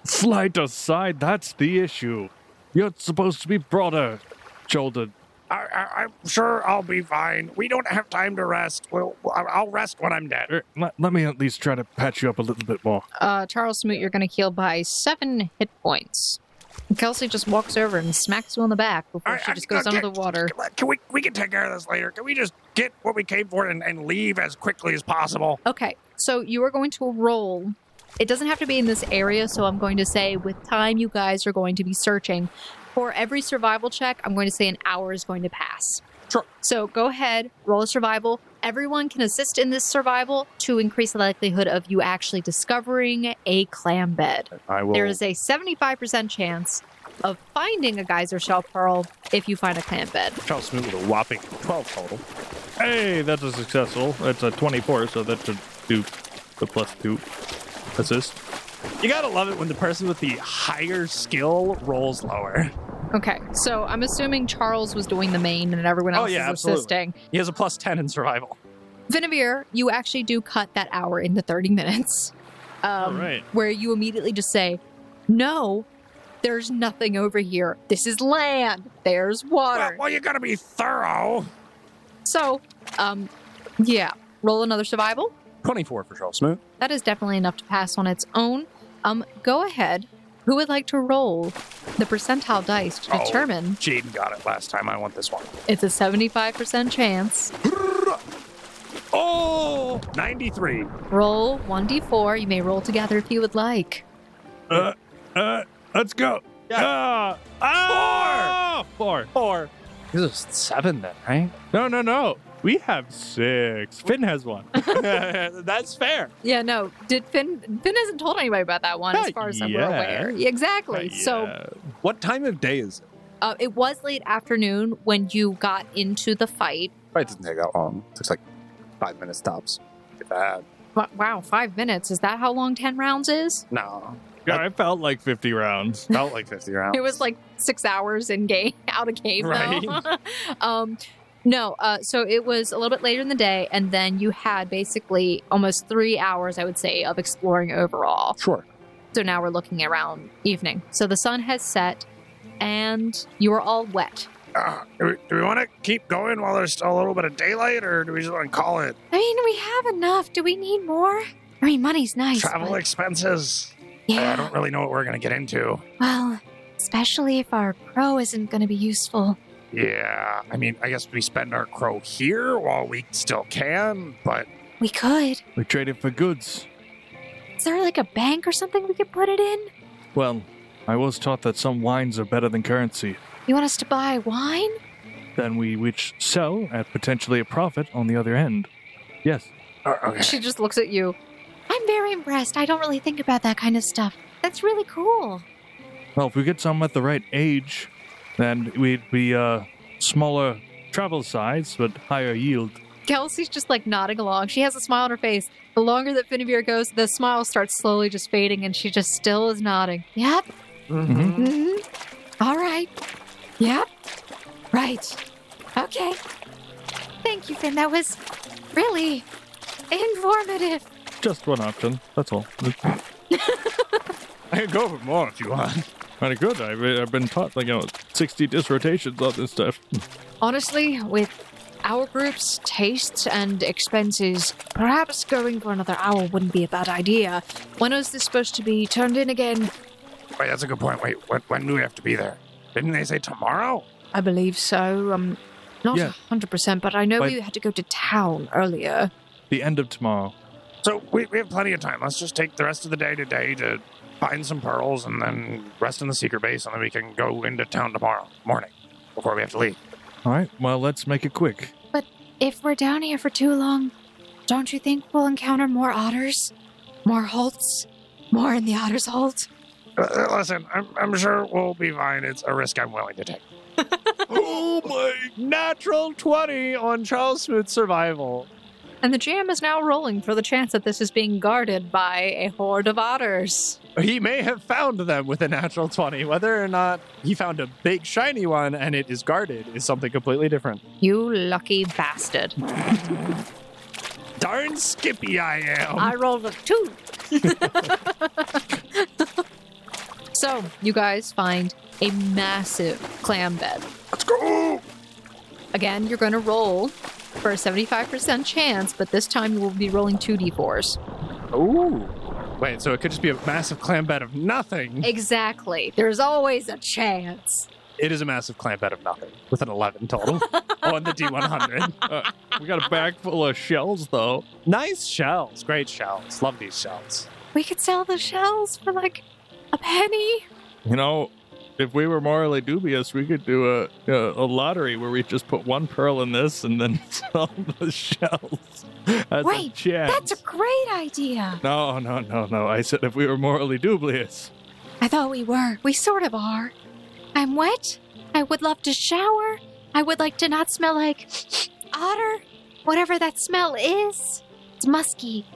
Slight aside, that's the issue. You're supposed to be broader shouldered.
I, I, I'm sure I'll be fine. We don't have time to rest. We'll, I'll rest when I'm dead.
Er, Let, let me at least try to patch you up a little bit more.
Uh, Charles Smoot, you're going to heal by seven hit points. Kelsey just walks over and smacks you on the back before
I-
she
I-
just goes
okay,
under the water.
Can we we can take care of this later? Can we just get what we came for and, and leave as quickly as possible?
Okay, so you are going to roll. It doesn't have to be in this area, so I'm going to say with time, you guys are going to be searching. For every survival check, I'm going to say an hour is going to pass.
Sure.
So go ahead, roll a survival. Everyone can assist in this survival to increase the likelihood of you actually discovering a clam bed.
I will.
There is a 75% chance of finding a geyser shell pearl if you find a clam bed.
Charles Smith with a whopping 12 total.
Hey, that's a successful. That's a 24, so that should do the plus two assist.
You gotta love it when the person with the higher skill rolls lower.
Okay, so I'm assuming Charles was doing the main and everyone
Oh,
else
yeah,
is
absolutely.
assisting.
He has a plus 10 in survival.
Vinavir, you actually do cut that hour into 30 minutes. Um,
right.
Where you immediately just say, no, there's nothing over here. This is land. There's
Well,
water.
well, you gotta be thorough.
So, um, yeah, roll another survival.
24 for Charles Smoot.
That is definitely enough to pass on its own. Um, go ahead. Who would like to roll the percentile dice to
Oh.
determine
Jaden got it last time. I want this one.
it's a 75% chance?
Oh, 93.
Roll 1d4. You may roll together if you would like.
Uh, let's go. Yeah. four. Four.
Ah! Four. This is seven then, right?
No, no, no. We have six. Finn has one.
That's fair.
Yeah, no. Did Finn? Finn hasn't told anybody about that one, as
Uh,
far as I'm
yeah.
aware. Yeah, Exactly. So
Yeah.
What time of day is it?
uh, it was late afternoon when you got into the fight.
Probably doesn't take that long. Takes like five minutes tops. If that.
Wa- Wow, five minutes. Is that how long ten rounds is?
No.
Yeah, I felt like 50 rounds.
Felt like 50 rounds.
It was like six hours in game, out of game. Though.
Right.
um, no, uh, so it was a little bit later in the day, and then you had basically almost three hours, I would say, of exploring overall.
Sure.
So now we're looking around evening. So the sun has set and you are all wet.
Uh, do we, do we want to keep going while there's still a little bit of daylight, or do we just want to call it
I mean, we have enough. Do we need more? I mean, money's nice.
travel
but-
expenses? I
yeah.
don't really know what we're going to get into.
Well, especially if our pro isn't going to be useful.
Yeah, I mean, I guess we spend our crow here while we still can, but
We could.
We trade it for goods.
Is there like a bank or something we could put it in?
Well, I was taught that some wines are better than currency.
You want us to buy wine?
Then we which sell at potentially a profit on the other end. Yes.
uh, okay.
She just looks at you. I'm very impressed. I don't really think about that kind of stuff. That's really cool.
Well, if we get some at the right age, then we'd be uh, smaller travel size but higher yield.
Kelsey's just like nodding along. She has a smile on her face. The longer that Finivir goes, the smile starts slowly just fading, and she just still is nodding. Yep.
Mhm.
Mm-hmm. All right. Yep. Right. Okay. Thank you, Finn. That was really informative.
Just one option. That's all.
I can go for more if you want.
Pretty good. I've, I've been taught like you know sixty dissertations on this stuff.
Honestly, with our group's tastes and expenses, perhaps going for another hour wouldn't be a bad idea. When is this supposed to be turned in again?
Wait, that's a good point. Wait, when, when do we have to be there? Didn't they say tomorrow?
I believe so. Um, not
Yeah.
100%, but I know
But-
we had to go to town earlier.
The end of tomorrow.
So we, we have plenty of time. Let's just take the rest of the day today to find some pearls and then rest in the secret base, and then we can go into town tomorrow morning before we have to leave.
All right. Well, let's make it quick.
If we're down here for too long, don't you think we'll encounter more otters? More holts? More in the otter's holt?
Uh, Uh, listen, I'm, I'm sure we'll be fine. It's a risk I'm willing to take.
oh my!
Natural 20 on Charles Smooth's survival.
And the jam is now rolling for the chance that this is being guarded by a horde of otters.
He may have found them with a natural 20. Whether or not he found a big shiny one and it is guarded is something completely different.
You lucky bastard.
Darn skippy I am.
I rolled a two.
So, you guys find a massive clam bed.
Let's go.
Again, you're going to roll for a 75% chance, but this time you will be rolling 2d4s.
Ooh. Wait, so it could just be a massive clam bed of nothing.
Exactly. There's always a chance.
It is a massive clam bed of nothing with an 11 total on the D100.
We got a bag full of shells though.
Nice shells. Great shells. Love these shells.
We could sell the shells for like a penny.
You know, if we were morally dubious, we could do a a, a lottery where we just put one pearl in this and then sell the shells. As a
Wait,
chance.
That's a great idea.
no, no, no, no. I said if we were morally dubious.
I thought we were. We sort of are. I'm wet. I would love to shower. I would like to not smell like otter, whatever that smell is. It's musky.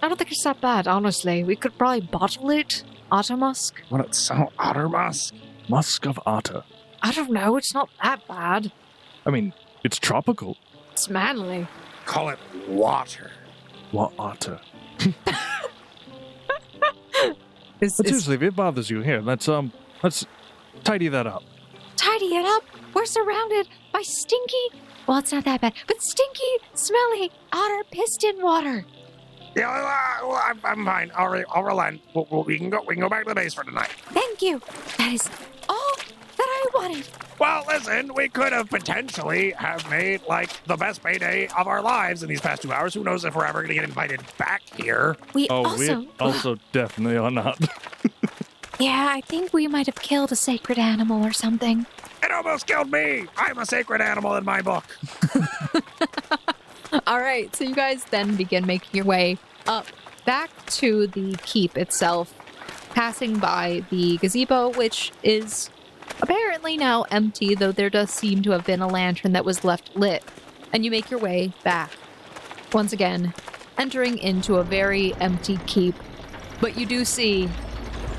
I don't think it's that bad, honestly. We could probably bottle it. Otter musk?
What it sound? Otter musk.
Musk of otter.
I don't know. It's not that bad.
I mean, it's tropical.
It's manly.
Call it water.
What otter?
It's,
But seriously, if it bothers you, here, let's um, let's tidy that up.
tidy it up. We're surrounded by stinky. Well, it's not that bad, but stinky, smelly otter piston water.
Yeah, uh, well, I'm, I'm fine. I'll, re- I'll relent. We'll, we'll, we can go. We can go back to the base for tonight.
Thank you. That is all that I wanted.
Well, listen, we could have potentially have made like the best payday of our lives in these past two hours. Who knows if we're ever going to get invited back here?
We
Oh,
also, uh,
we also definitely are not.
yeah, I think we might have killed a sacred animal or something.
It almost killed me. I'm a sacred animal in my book.
All right, so you guys then begin making your way up back to the keep itself, passing by the gazebo, which is apparently now empty, though there does seem to have been a lantern that was left lit. And you make your way back, once again, entering into a very empty keep. But you do see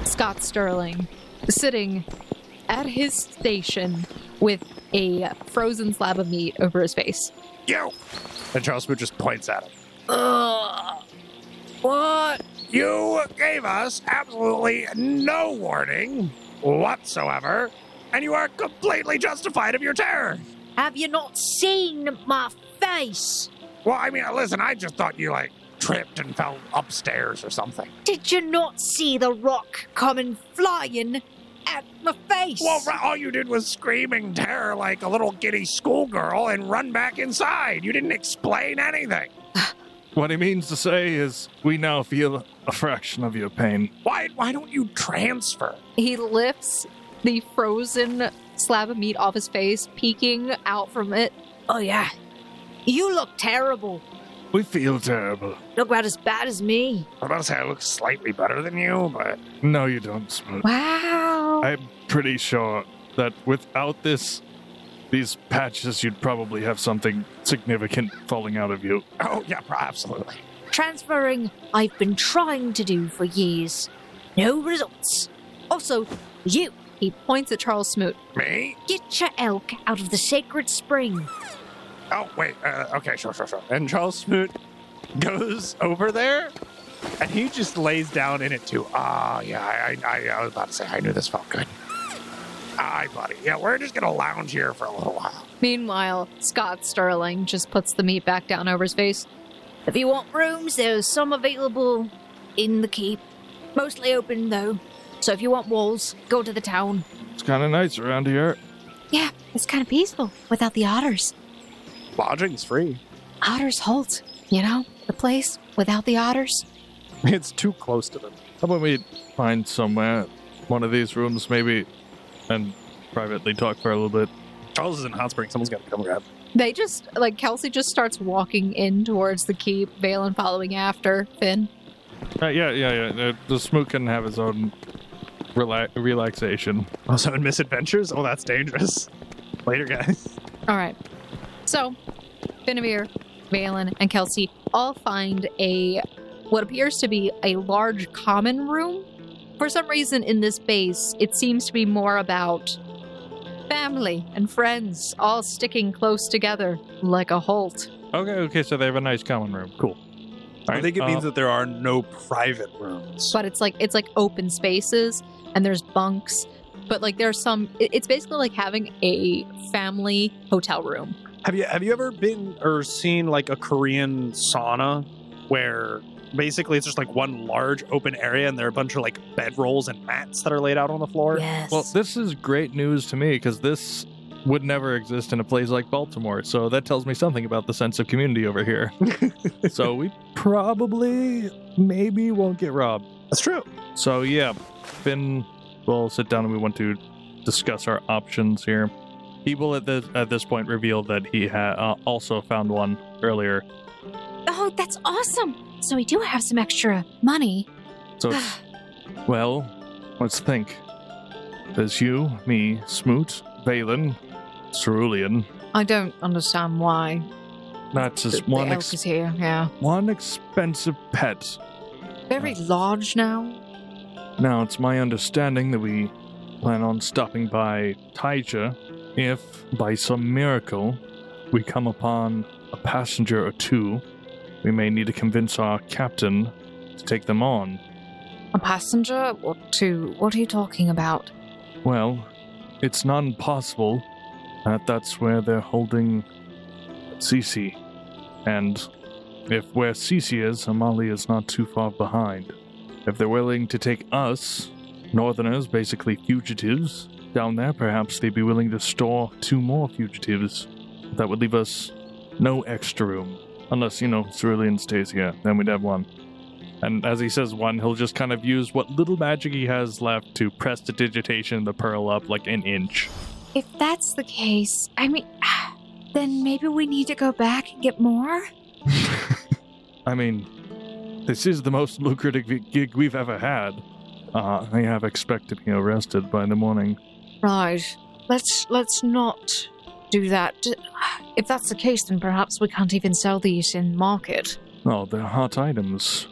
Scott Sterling sitting at his station with a frozen slab of meat over his face.
You.
And Charles Smoot just points at him.
Ugh. Uh, What?
You gave us absolutely no warning whatsoever, and you are completely justified of your terror.
Have you not seen my face?
Well, I mean, listen, I just thought you, like, tripped and fell upstairs or something.
Did you not see the rock coming flying at my face?
Well, ri- all you did was scream in terror like a little giddy schoolgirl and run back inside. You didn't explain anything.
What he means to say is, we now feel a fraction of your pain.
Why, why don't you transfer?
He lifts the frozen slab of meat off his face, peeking out from it.
Oh, yeah. You look terrible.
We feel terrible.
Look about as bad as me.
I was about to say I look slightly better than you, but
No, you don't, Smoot.
Wow.
I'm pretty sure that without this, these patches, you'd probably have something significant falling out of you.
oh yeah, pro- absolutely.
Transferring I've been trying to do for years. No results. Also, you
He points at Charles Smoot.
Me?
get your elk out of the sacred spring.
Oh wait, uh, okay, sure, sure, sure.
And Charles Smoot goes over there and he just lays down in it too.
Ah, yeah, I, I, I was about to say I knew this felt good. Aye, buddy. Yeah, we're just gonna lounge here for a little while.
Meanwhile, Scott Sterling just puts the meat back down over his face.
If you want rooms, there's some available in the keep. Mostly open, though. So if you want walls, go to the town.
It's kind of nice around here.
Yeah, it's kind of peaceful without the otters.
Lodging's free.
Otters Holt, you know, the place without the otters.
It's too close to them.
How about we find somewhere, one of these rooms maybe, and privately talk for a little bit?
Charles is in Hot Spring. Someone's got to come grab. him.
They just, like, Kelsey just starts walking in towards the keep, Valen following after Finn.
Uh, yeah, yeah, yeah. uh, The Smoot can have his own rela- relaxation.
Also in Misadventures. Oh, that's dangerous. Later, guys.
All right. So, Benavir, Valen, and Kelsey all find a what appears to be a large common room. For some reason, in this base, it seems to be more about family and friends all sticking close together like a Holt.
Okay, okay, so they have a nice common room. Cool.
I think it means
Uh,
that there are no private rooms.
But it's like it's like open spaces and there's bunks, but like there's some. it- It's basically like having a family hotel room.
Have you have you ever been or seen like a Korean sauna where basically it's just like one large open area and there are a bunch of like bedrolls and mats that are laid out on the floor?
Yes.
Well, this is great news to me because this would never exist in a place like Baltimore. So that tells me something about the sense of community over here. so we probably, maybe won't get robbed.
That's true.
So yeah, Finn will sit down and we want to discuss our options here. He will at this at this point reveal that he ha- uh, also found one earlier.
Oh, that's awesome! So we do have some extra money.
So it's Well, let's think. There's you, me, Smoot, Valen, Cerulean.
I don't understand why
That's
the,
just
the
one
elk
ex-
is here. Yeah,
one expensive pet.
very large now.
Now it's my understanding that we plan on stopping by Taija if, by some miracle, we come upon a passenger or two. We may need to convince our captain to take them on.
A passenger or two? What are you talking about?
Well, it's not impossible that that's where they're holding Cece. And if where Cece is, Amali is not too far behind. If they're willing to take us, Northerners, basically fugitives, down there, perhaps they'd be willing to store two more fugitives. That would leave us no extra room. Unless, you know, Cerulean stays here, then we'd have one. And as he says one, he'll just kind of use what little magic he has left to press the digitation of the pearl up like an inch.
If that's the case, I mean, then maybe we need to go back and get more?
I mean, this is the most lucrative gi- gig we've ever had. Uh, I have expect to be arrested by the morning.
Right. Let's let's not do that. D- If that's the case, then perhaps we can't even sell these in market.
Oh, they're hot items.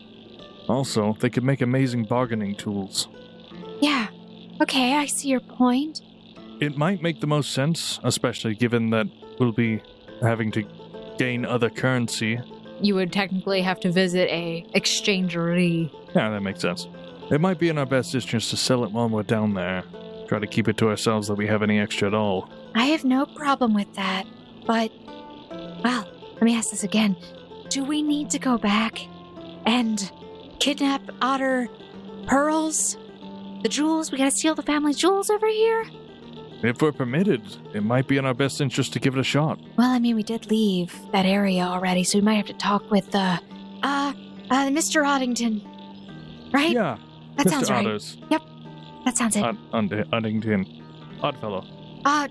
Also, they could make amazing bargaining tools.
Yeah. Okay, I see your point.
It might make the most sense, especially given that we'll be having to gain other currency
you would technically have to visit a exchangery.
Yeah, that makes sense. It might be in our best interest to sell it while we're down there. Try to keep it to ourselves that we have any extra at all.
I have no problem with that, but, well, let me ask this again. Do we need to go back and kidnap Otter Pearls? The jewels? We gotta steal the family jewels over here?
If we're permitted, it might be in our best interest to give it a shot.
Well, I mean, we did leave that area already, so we might have to talk with, uh, uh, uh Mr. Oddington. Right?
yeah,
that
Mr.
sounds right.
Otters.
That sounds it.
Odd, und- Uddington. Oddfellow.
Uh,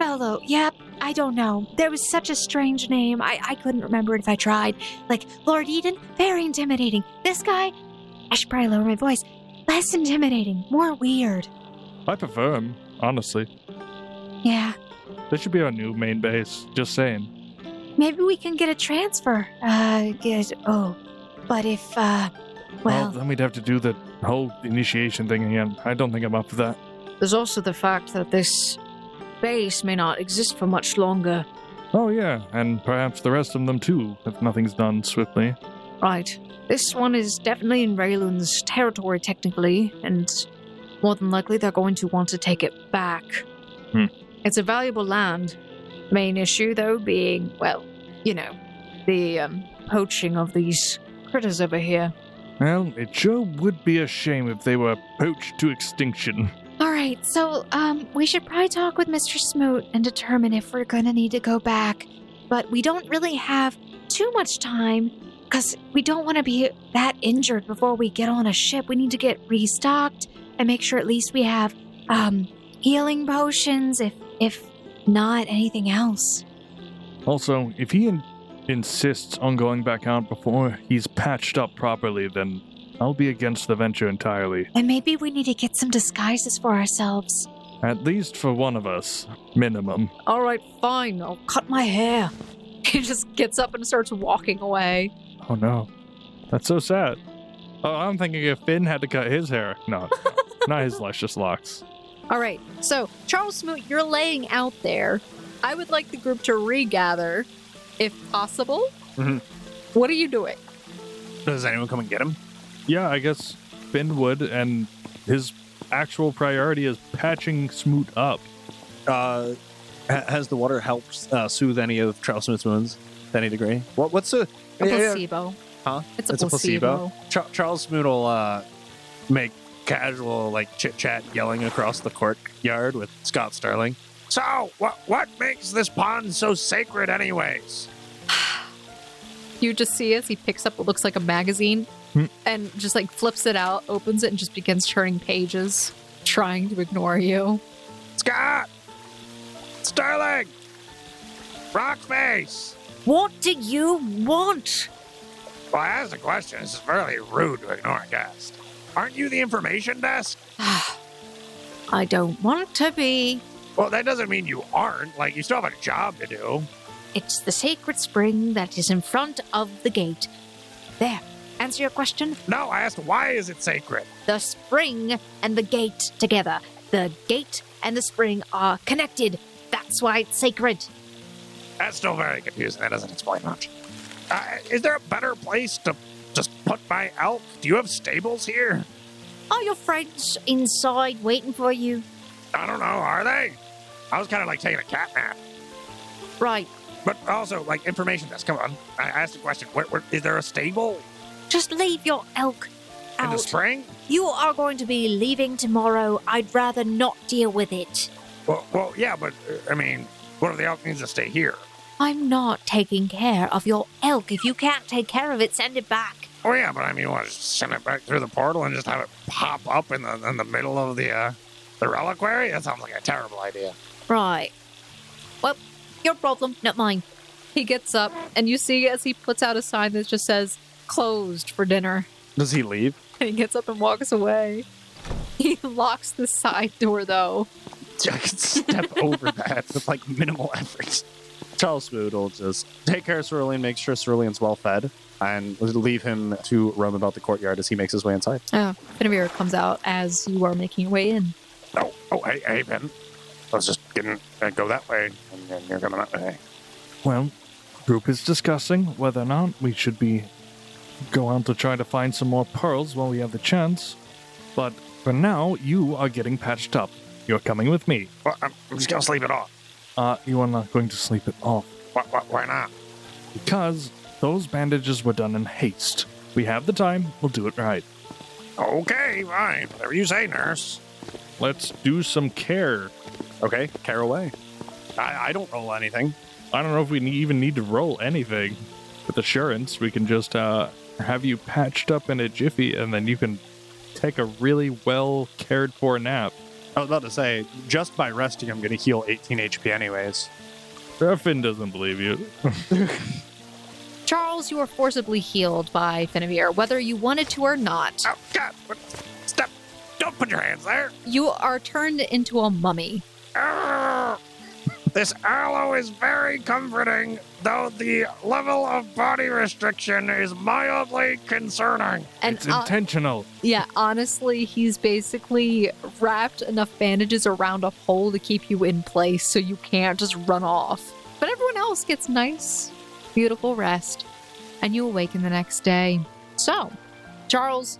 fellow. Yep. I don't know. There was such a strange name. I, I couldn't remember it if I tried. Like, Lord Eden, very intimidating. This guy, I should probably lower my voice. Less intimidating, more weird.
I prefer him, honestly.
Yeah.
This should be our new main base. Just saying.
Maybe we can get a transfer. Uh, get. Oh. But if, uh, well.
then we'd have to do the whole initiation thing again. I don't think I'm up for that.
There's also the fact that this base may not exist for much longer.
Oh, yeah, and perhaps the rest of them too, if nothing's done swiftly.
Right. This one is definitely in Raylan's territory, technically, and more than likely they're going to want to take it back.
Hmm.
It's a valuable land. Main issue, though, being, well, you know, the um, poaching of these critters over here.
Well, it sure would be a shame if they were poached to extinction.
All right, so um, we should probably talk with Mr. Smoot and determine if we're gonna need to go back. But we don't really have too much time because we don't want to be that injured before we get on a ship. We need to get restocked and make sure at least we have um, healing potions, if if not anything else.
Also, if he in- insists on going back out before he's patched up properly, then I'll be against the venture entirely.
And maybe we need to get some disguises for ourselves.
At least for one of us, minimum.
All right, fine, I'll cut my hair. He just gets up and starts walking away.
Oh no, that's so sad. Oh, I'm thinking if Finn had to cut his hair. No, not his luscious locks.
All right, so Charles Smoot, you're laying out there. I would like the group to regather, if possible.
Mhm.
What are you doing?
Does anyone come and get him?
Yeah, I guess Finn would, and his actual priority is patching Smoot up.
Uh, ha- has the water helped uh, soothe any of Charles Smith's wounds to any degree? What, what's the
A
Yeah, yeah, yeah.
placebo.
Huh?
It's a
It's a
placebo.
placebo? Char- Charles Smoot will uh, make casual like chit chat, yelling across the courtyard with Scott Starling.
So, what what makes this pond so sacred, anyways?
You just see as he picks up what looks like a magazine
Hmm.
and just like flips it out, opens it, and just begins turning pages, trying to ignore you.
Scott! Sterling! Rockface!
What do you want?
Well, I asked a question. This is really rude to ignore a guest. Aren't you the information desk?
I don't want to be.
Well, that doesn't mean you aren't. Like, you still have a job to do.
It's the sacred spring that is in front of the gate. There, answer your question.
No, I asked why is it sacred?
The spring and the gate together. The gate and the spring are connected. That's why it's sacred.
That's still very confusing. That doesn't explain much. Uh, is there a better place to just put my elk? Do you have stables here?
Are your friends inside waiting for you?
I don't know. Are they? I was kind of like taking a cat nap.
Right.
But also, like, information desk. Come on. I asked a question. Where, where, is there a stable
Just leave your elk
in the
out.
spring?
You are going to be leaving tomorrow. I'd rather not deal with it.
Well, well, yeah, but uh, I mean, what if the elk needs to stay here?
I'm not taking care of your elk. If you can't take care of it, send it back.
Oh yeah, but I mean, you want to send it back through the portal and just have it pop up in the in the middle of the uh, the reliquary? That sounds like a terrible idea.
Right. Well, your problem, not mine.
He gets up and you see as he puts out a sign that just says closed for dinner.
Does he leave?
And he gets up and walks away. He locks the side door though.
I can step over that with like minimal effort. Charles Smoot will just take care of Cerulean, make sure Cerulean's well fed, and leave him to roam about the courtyard as he makes his way inside.
Oh, Finavir comes out as you are making your way in.
Oh, oh, hey, hey, uh, Ben. I was just didn't uh, go that way, and, and you're coming that way.
Well, group is discussing whether or not we should be go on to try to find some more pearls while we have the chance. But for now, you are getting patched up. You're coming with me.
Well, I'm, I'm just gonna sleep it off.
Uh, you are not going to sleep it off
Why, why, why not?
because those bandages were done in haste. We have the time. We'll do it right.
Okay, fine. Whatever you say, nurse.
Let's do some care.
Okay, care away. I, I don't roll anything.
I don't know if we ne- even need to roll anything. With assurance, we can just uh, have you patched up in a jiffy, and then you can take a really well cared for nap.
I was about to say, just by resting, I'm going to heal 18 HP anyways.
Griffin doesn't believe you.
Charles, you are forcibly healed by Finavir, whether you wanted to or not.
Oh God! What? Stop! Don't put your hands there.
You are turned into a mummy.
Arrgh. This aloe is very comforting, though the level of body restriction is mildly concerning.
And
it's
uh,
intentional.
yeah, honestly, he's basically wrapped enough bandages around a pole to keep you in place so you can't just run off. But everyone else gets nice, beautiful rest, and you awaken the next day. So, Charles,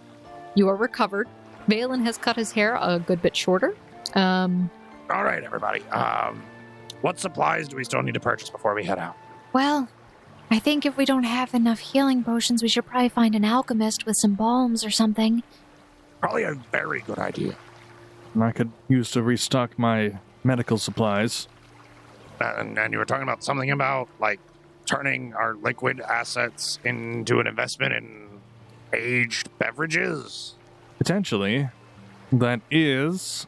you are recovered. Valen has cut his hair a good bit shorter. Um,
All right, everybody. Um, what supplies do we still need to purchase before we head out?
Well, I think if we don't have enough healing potions, we should probably find an alchemist with some balms or something.
Probably a very good idea.
And I could use to restock my medical supplies.
And, and you were talking about something about like turning our liquid assets into an investment in aged beverages.
Potentially, that is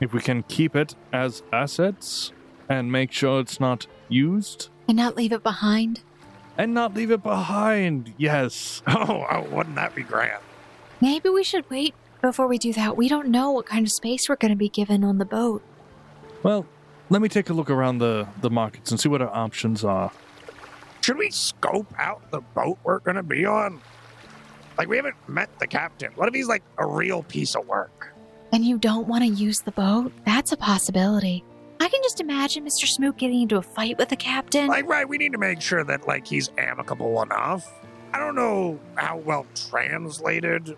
if we can keep it as assets and make sure it's not used
And not leave it behind.
and not leave it behind. Yes.
Oh, oh wouldn't that be grand?
Maybe we should wait before we do that. We don't know what kind of space we're going to be given on the boat.
Well, let me take a look around the, the markets and see what our options are.
Should we scope out the boat we're gonna be on? Like we haven't met the captain. What if he's like a real piece of work?
And you don't want to use the boat? That's a possibility. I can just imagine Mr. Smoot getting into a fight with the captain.
Like, right, we need to make sure that like he's amicable enough. I don't know how well translated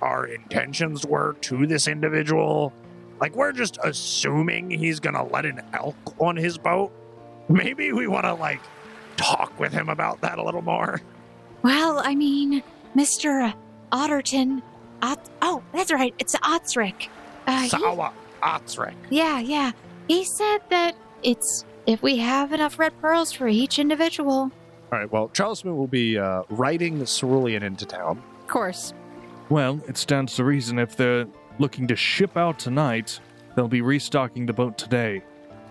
our intentions were to this individual. Like, we're just assuming he's gonna let an elk on his boat. Maybe we want to like talk with him about that a little more.
Well, I mean, Mr. Otterton. Ot- oh, that's right. It's Otzric. Uh, he-
Sawa Atzrek.
yeah, yeah. He said that it's if we have enough red pearls for each
All
individual.
right, well, Charles Moon will be uh, riding Cerulean into town.
of course,
Well, it stands to reason if they're looking to ship out tonight, they'll be restocking the boat today.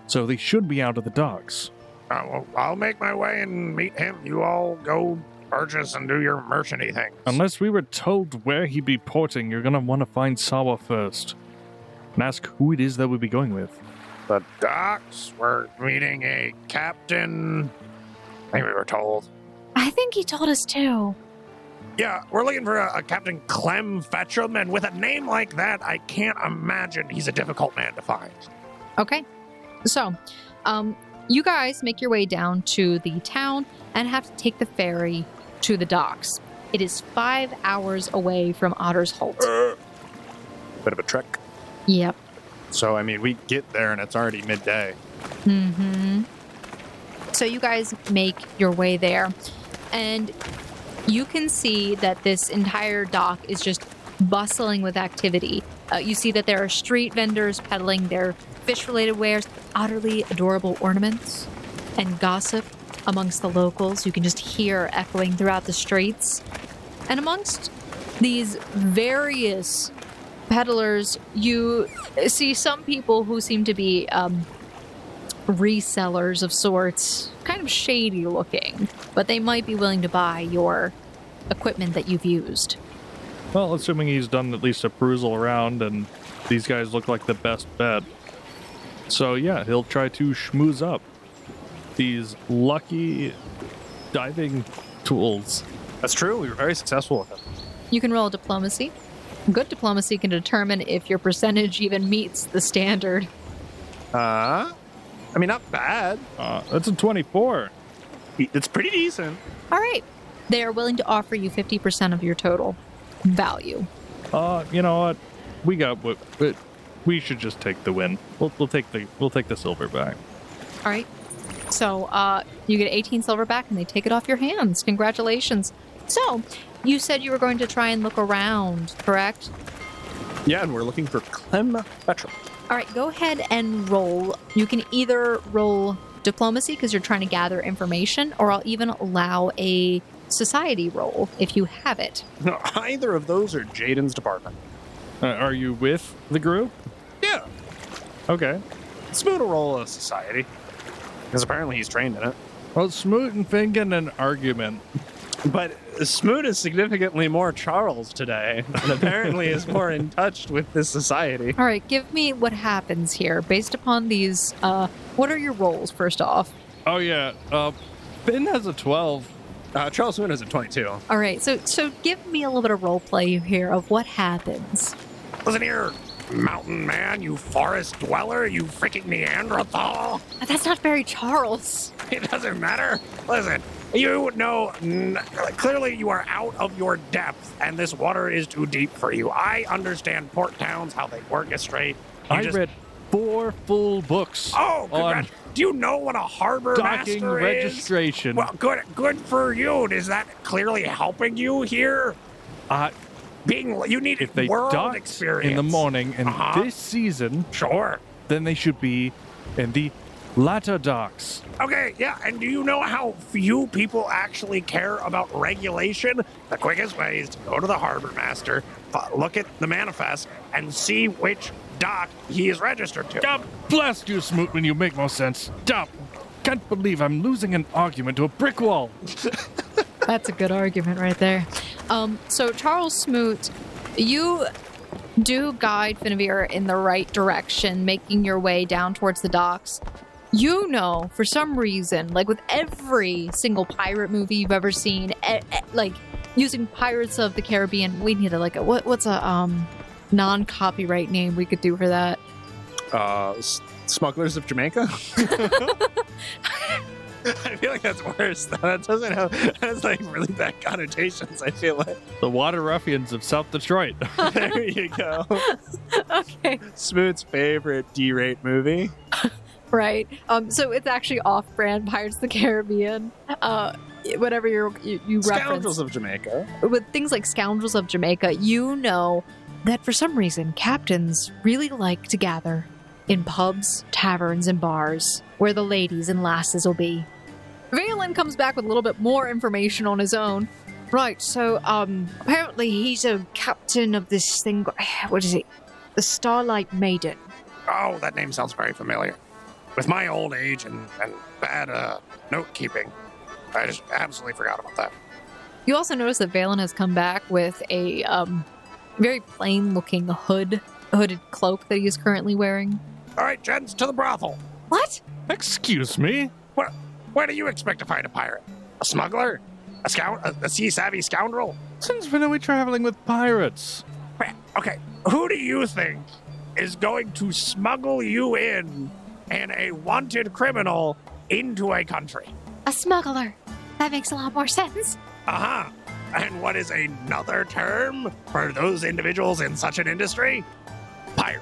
So they should be out of the docks.
Uh, well, I'll make my way and meet him. You all go purchase and do your merchanty things.
Um,
Unless we were told where he'd be porting, you're gonna want to find Sawa first. And ask who it is that we'd be going with.
the docks, we're meeting a captain. I think we were told.
I think he told us too.
Yeah, we're looking for a, a Captain Clem Fetcham, and with a name like that, I can't imagine he's a difficult man to find.
Okay. So, um, you guys make your way down to the town and have to take the ferry to the docks. It is five hours away from Otter's Holt.
Bit of a trek.
Yep.
So, I mean, we get there and it's already midday.
Mm-hmm. So you guys make your way there, and you can see that this entire dock is just bustling with activity. Uh, you see that there are street vendors peddling their fish-related wares, utterly adorable ornaments, and gossip amongst the locals. You can just hear echoing throughout the streets, and amongst these various peddlers, you see some people who seem to be um, resellers of sorts, kind of shady looking, but they might be willing to buy your equipment that you've used.
Well, assuming he's done at least a perusal around and these guys look like the best bet. So, yeah, he'll try to schmooze up these lucky diving tools.
That's true. We were very successful with it.
You can roll diplomacy. Good diplomacy can determine if your percentage even meets the standard.
Uh, I mean, not bad.
Uh, that's a 24.
It's pretty decent.
All right. They are willing to offer you 50% of your total value.
Uh, you know what? We got what, but we should just take the win. We'll, we'll take the we'll take the silver back.
All right. So uh, you get 18 silver back and they take it off your hands. Congratulations. So you said you were going to try and look around, correct?
Yeah, and we're looking for Clem Petrol.
All right, go ahead and roll. You can either roll diplomacy because you're trying to gather information, or I'll even allow a society roll if you have it.
No, either of those are Jaden's department.
Uh, are you with the group?
Yeah.
Okay.
Smoot will roll a society. Because apparently he's trained in it.
Well, Smoot and Fingon an argument.
But Smoot is significantly more Charles today, and apparently is more in touch with this society.
All right, give me what happens here based upon these. Uh, what are your rolls, first off?
Oh yeah. Uh, Finn has a twelve.
Uh, Charles Smoot is a 22.
All right, so so give me a little bit of role play here of what happens.
Listen here, mountain man, you forest dweller, you freaking Neanderthal.
But that's not very Charles.
It doesn't matter. Listen, you know, n- clearly you are out of your depth, and this water is too deep for you. I understand port towns, how they orchestrate. You
I
just-
read four full books
Oh,
on
congrat- do you know what a harbor
docking
master is?
registration.
Well, good, good for you. Is that clearly helping you here?
Uh,
Being you need
if they
world
docked
experience
in the morning and
Uh-huh.
this season,
Sure.
then they should be in the latter docks.
Okay, yeah, and do you know how few people actually care about regulation? The quickest way is to go to the harbor master, uh, look at the manifest, and see which dock he is registered to.
God bless you, Smoot, when you make more sense. Stop. Can't believe I'm losing an argument to a brick wall.
That's a good argument right there. Um, so Charles Smoot, you do guide Finavir in the right direction, making your way down towards the docks. You know, for some reason, like with every single pirate movie you've ever seen, e- e- like using Pirates of the Caribbean, we need a like a what, what's a um non-copyright name we could do for that?
Uh, s- smugglers of Jamaica?
I feel like that's worse. though. That doesn't have that's like really bad connotations. I feel like
The water ruffians of South Detroit.
there you go.
okay,
Smoot's favorite D-rate movie.
right. Um, so it's actually off-brand Pirates of the Caribbean. Uh, whatever you're, you you reference.
Scoundrels of Jamaica.
with things like Scoundrels of Jamaica, you know that for some reason captains really like to gather in pubs, taverns, and bars where the ladies and lasses will be. Valen comes back with a little bit more information on his own.
Right, so um apparently he's a captain of this thing what is it? The Starlight Maiden.
oh, that name sounds very familiar. With my old age and and bad uh, note keeping, I just absolutely forgot about that.
You also notice that Valen has come back with a um, very plain looking hood, hooded cloak that he is currently wearing.
All right, gents, to the brothel.
What?
Excuse me?
Where do you expect to find a pirate? A smuggler? A scound? A, a sea savvy scoundrel?
Since when are we traveling with pirates?
Okay, who do you think is going to smuggle you in and a wanted criminal into a country?
A smuggler. That makes a lot more sense.
Aha! And what is another term for those individuals in such an industry? Pirate.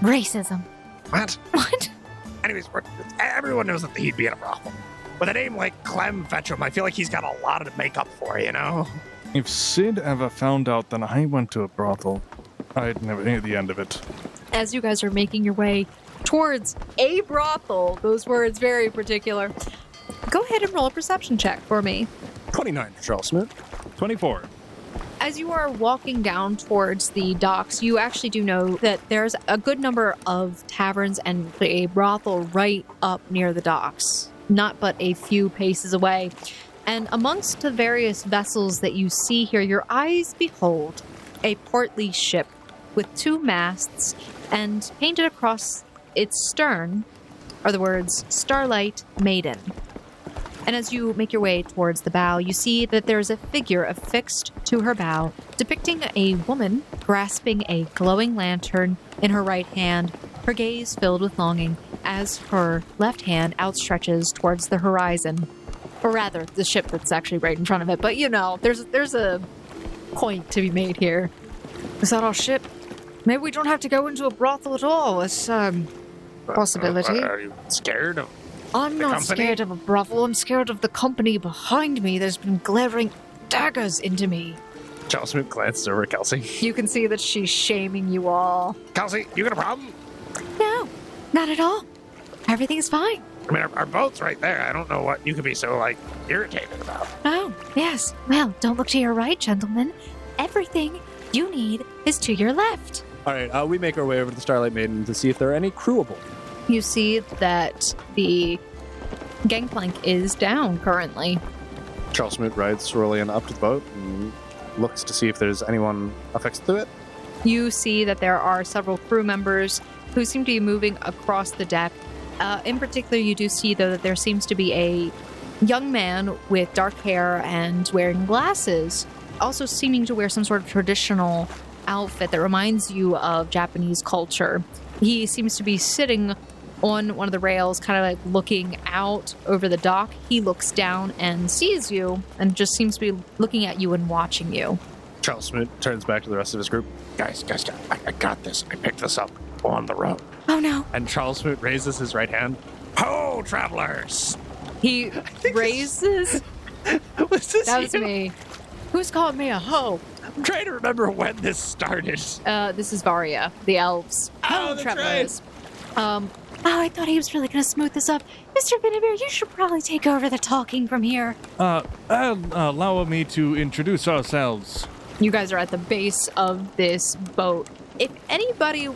Racism.
What?
What?
Anyways, we're- everyone knows that he'd be in a brothel. With a name like Clem Fetchum, I feel like he's got a lot to make up for, you know?
If Sid ever found out that I went to a brothel, I'd never hear the end of it.
as you guys are making your way towards a brothel, those words very particular. Go ahead and roll a perception check for me.
29 for Charles Smoot.
24.
As you are walking down towards the docks, you actually do know that there's a good number of taverns and a brothel right up near the docks, not but a few paces away. And amongst the various vessels that you see here, your eyes behold a portly ship with two masts, and painted across its stern are the words Starlight Maiden. And as you make your way towards the bow, you see that there is a figure affixed to her bow, depicting a woman grasping a glowing lantern in her right hand, her gaze filled with longing, as her left hand outstretches towards the horizon. or rather, the ship that's actually right in front of it. But you know, there's there's a point to be made here.
Is that our ship? Maybe we don't have to go into a brothel at all. It's um, Possibility.
Uh,
Are you scared of?
I'm
The
not
company?
scared of a brothel. I'm scared of the company behind me that's been glaring daggers into me.
Charles Smoot glanced over at Kelsey.
You can see that she's shaming you all.
Kelsey, you got a problem?
No, not at all. Everything's fine.
I mean, our, our boat's right there. I don't know what you could be so like irritated about.
Oh, yes. Well, don't look to your right, gentlemen. Everything you need is to your left.
All right, uh, we make our way over to the Starlight Maiden to see if there are any crew aboard.
You see that the gangplank is down currently.
Charles Smoot rides Cerulean up to the boat and looks to see if there's anyone affected to it.
You see that there are several crew members who seem to be moving across the deck. Uh, in particular, you do see, though, that there seems to be a young man with dark hair and wearing glasses, also seeming to wear some sort of traditional outfit that reminds you of Japanese culture. He seems to be sitting on one of the rails, kind of like looking out over the dock. He looks down and sees you and just seems to be looking at you and watching you.
Charles Smoot turns back to the rest of his group,
Guys, guys, guys I, I got this. I picked this up on the road.
Oh no.
and Charles Smoot raises his right hand.
Ho, travelers!
He raises
Was this
That was
you?
me. Who's called me a hoe?
I'm trying to remember when this started.
Uh, this is Varia, the elves.
Oh, that's
travelers. Um,
Wow, I thought he was really going to smooth this up. Mr. Benamir, you should probably take over the talking from here.
Uh, uh, allow me to introduce ourselves.
you guys are at the base of this boat. If anybody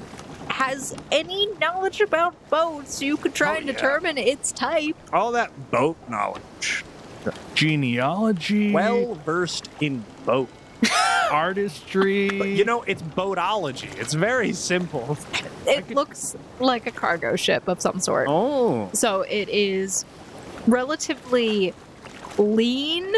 has any knowledge about boats, you could
Oh,
try and
yeah.
determine its type.
All that boat knowledge.
Genealogy,
Well versed in boat.
artistry.
But you know, it's boatology. It's very simple.
It looks like a cargo ship of some sort.
Oh,
So it is relatively lean,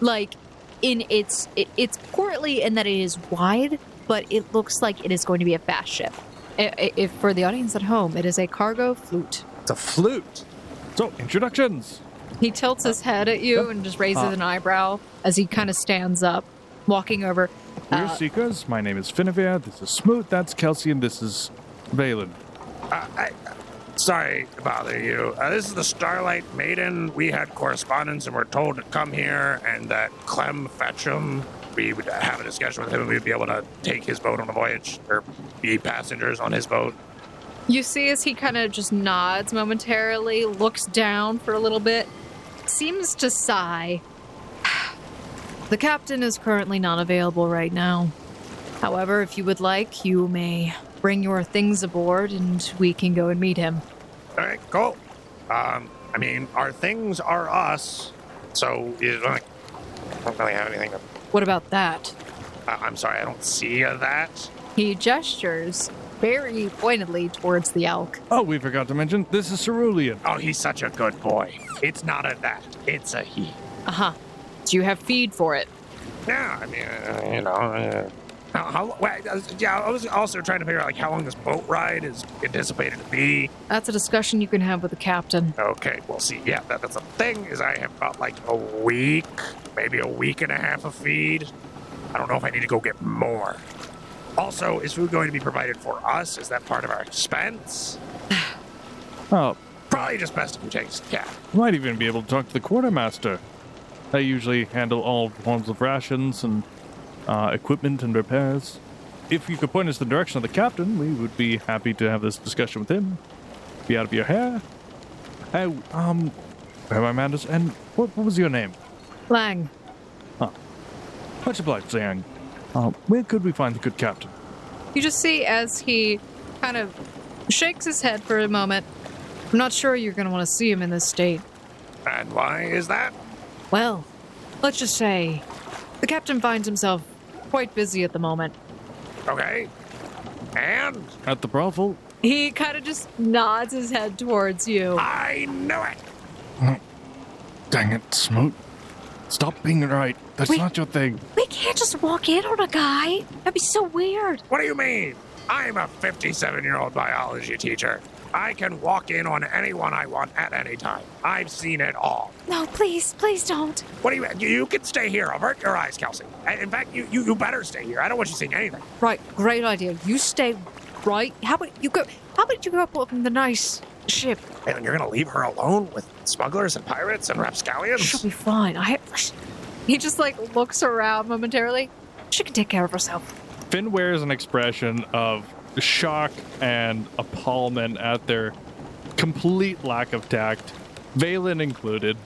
like in its it, it's portly in that it is wide, but it looks like it is going to be a fast ship. I- I- If for the audience at home, it is a cargo flute.
it's a flute.
so introductions.
He tilts his head at you and just raises an eyebrow as he kind of stands up, walking over.
We're
Uh,
seekers. My name is Finavir. This is Smoot. That's Kelsey, and this is Valen.
Uh, I, sorry to bother you. Uh, this is the Starlight Maiden. We had correspondence and were told to come here and that Clem Fetchum, we would have a discussion with him and we'd be able to take his boat on a voyage or be passengers on his boat.
You see, as he kind of just nods momentarily, looks down for a little bit, seems to sigh.
The captain is currently not available right now. However, if you would like, you may bring your things aboard and we can go and meet him.
All right, cool. Um, I mean, our things are us, so you don't, I don't really have anything. To,
What about that?
I- I'm sorry, I don't see that.
He gestures very pointedly towards the elk.
Oh, we forgot to mention this is Cerulean.
Oh, he's such a good boy. It's not a that. It's a he.
Uh
Uh-huh.
huh. Do you have feed for it?
Yeah, I mean, uh, you know. Uh, how, how, wait, I was- yeah, I was also trying to figure out like how long this boat ride is anticipated to be.
That's a discussion you can have with the captain.
Okay, we'll see. Yeah, that, that's the thing is I have about like a week, maybe a week and a half of feed. I don't know if I need to go get more. Also, is food going to be provided for us? Is that part of our expense?
Oh,
Probably just best if you take yeah.
might even be able to talk to the quartermaster. They usually handle all forms of rations and uh, equipment and repairs. If you could point us the direction of the captain, we would be happy to have this discussion with him. Be out of your hair. Hey, um, where my manners? And what, what was your name?
Lang,
Much obliged, Zhang. Uh, where could we find the good captain?
You just see as he kind of shakes his head for a moment.
I'm not sure you're going to want to see him in this state.
And why is that?
Well, let's just say the captain finds himself quite busy at the moment.
Okay. And
At the brothel?
He kind of just nods his head towards you.
I knew it.
Dang it, Smoot. Stop being right. That's
Wait.
not your thing.
We can't just walk in on a guy. That'd be so weird.
What do you mean? I'm a 57 year old biology teacher. I can walk in on anyone I want at any time. I've seen it all.
No, please, please don't.
What do you? You you can stay here. Avert your eyes, Kelsey. And In fact, you, you you better stay here. I don't want you seeing anything.
Right, great idea. You stay right. How about you go? How about you go up on the nice ship?
And you're gonna leave her alone with smugglers and pirates and
She'll
rapscallions.
be fine. I. He just like looks around momentarily. She can take care of herself.
Finn wears an expression of shock and appallment at their complete lack of tact, Valen included.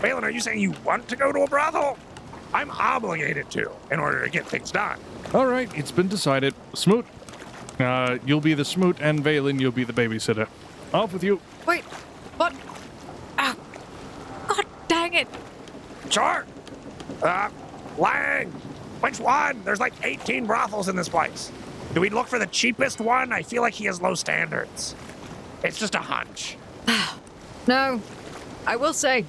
Balin, are you saying you want to go to a brothel? I'm obligated to in order to get things done.
All right, it's been decided. Smoot, uh, you'll be the Smoot, and Valen, you'll be the babysitter. Off with you.
Wait, what? Ah, God dang it!
Sure. Uh, Lang, which one? There's like 18 brothels in this place. Do we look for the cheapest one? I feel like he has low standards. It's just a hunch.
No, I will say,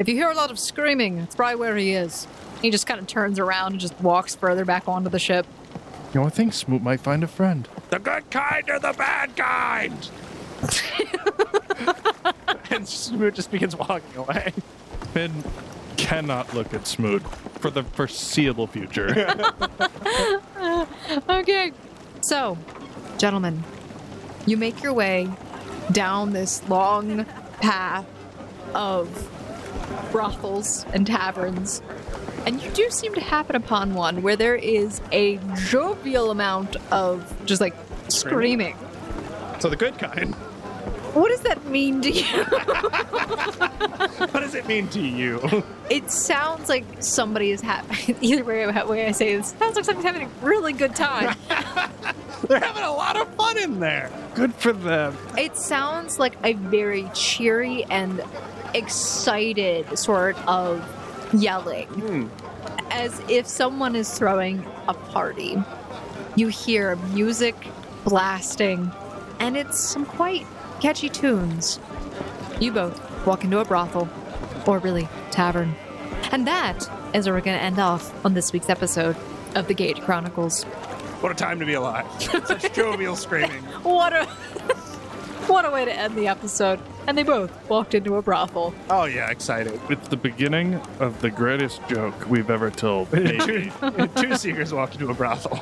if you hear a lot of screaming, it's probably where he is. He just kind of turns around and just walks further back onto the ship.
You know, I think Smoot might find a friend.
The good kind or the bad kind?
and Smoot just begins walking away.
Finn cannot look at Smoot for the foreseeable future.
Okay. So, gentlemen, you make your way down this long path of brothels and taverns, and you do seem to happen upon one where there is a jovial amount of just like screaming.
So the good kind.
What does that mean to you?
What does it mean to you?
It sounds like somebody is having, either way, way I say this, sounds like somebody's having a really good time.
They're having a lot of fun in there. Good for them.
It sounds like a very cheery and excited sort of yelling, as if someone is throwing a party. You hear music blasting, and it's some quite catchy tunes. You both walk into a brothel, or really, tavern. And that is where we're going to end off on this week's episode of The Gate Chronicles.
What a time to be alive. Such jovial screaming.
What a what a way to end the episode. And they both walked into a brothel.
Oh, yeah, exciting.
it's the beginning of the greatest joke we've ever told. Maybe.
Two seekers walked into a brothel.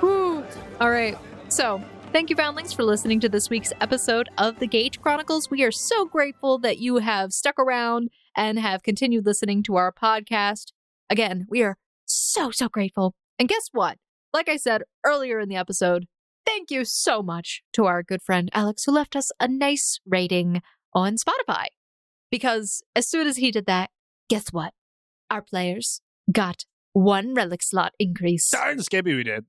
Whew. Hmm. All right. So, thank you, Foundlings, for listening to this week's episode of The Gate Chronicles. We are so grateful that you have stuck around and have continued listening to our podcast. Again, we are so, so grateful. And guess what? Like I said earlier in the episode, thank you so much to our good friend Alex, who left us a nice rating on Spotify. Because as soon as he did that, guess what? Our players got one relic slot increase.
Darn skippy we did.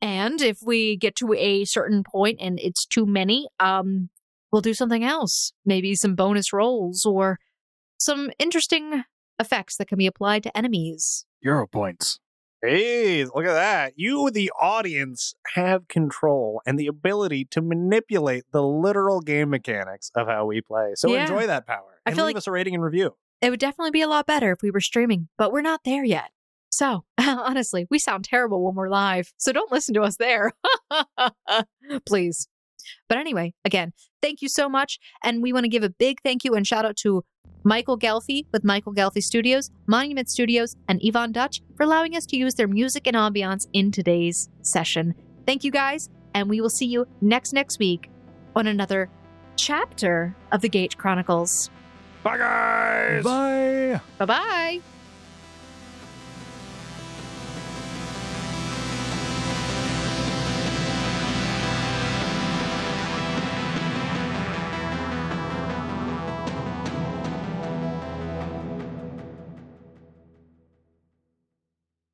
And if we get to a certain point and it's too many, um, we'll do something else. Maybe some bonus rolls or some interesting effects that can be applied to enemies.
Euro points. Hey, look at that. You, the audience, have control and the ability to manipulate the literal game mechanics of how we play. So
Yeah.
enjoy that power.
I
And
feel
leave
like-
us a rating and review.
It would definitely be a lot better if we were streaming, but we're not there yet. So, honestly, we sound terrible when we're live. So don't listen to us there. Please. But anyway, again, thank you so much. And we want to give a big thank you and shout out to Michael Gelfi with Michael Gelfi Studios, Monument Studios, and Yvonne Dutch for allowing us to use their music and ambiance in today's session. Thank you guys, and we will see you next next week on another chapter of the Gate Chronicles.
Bye, guys.
Bye.
Bye bye.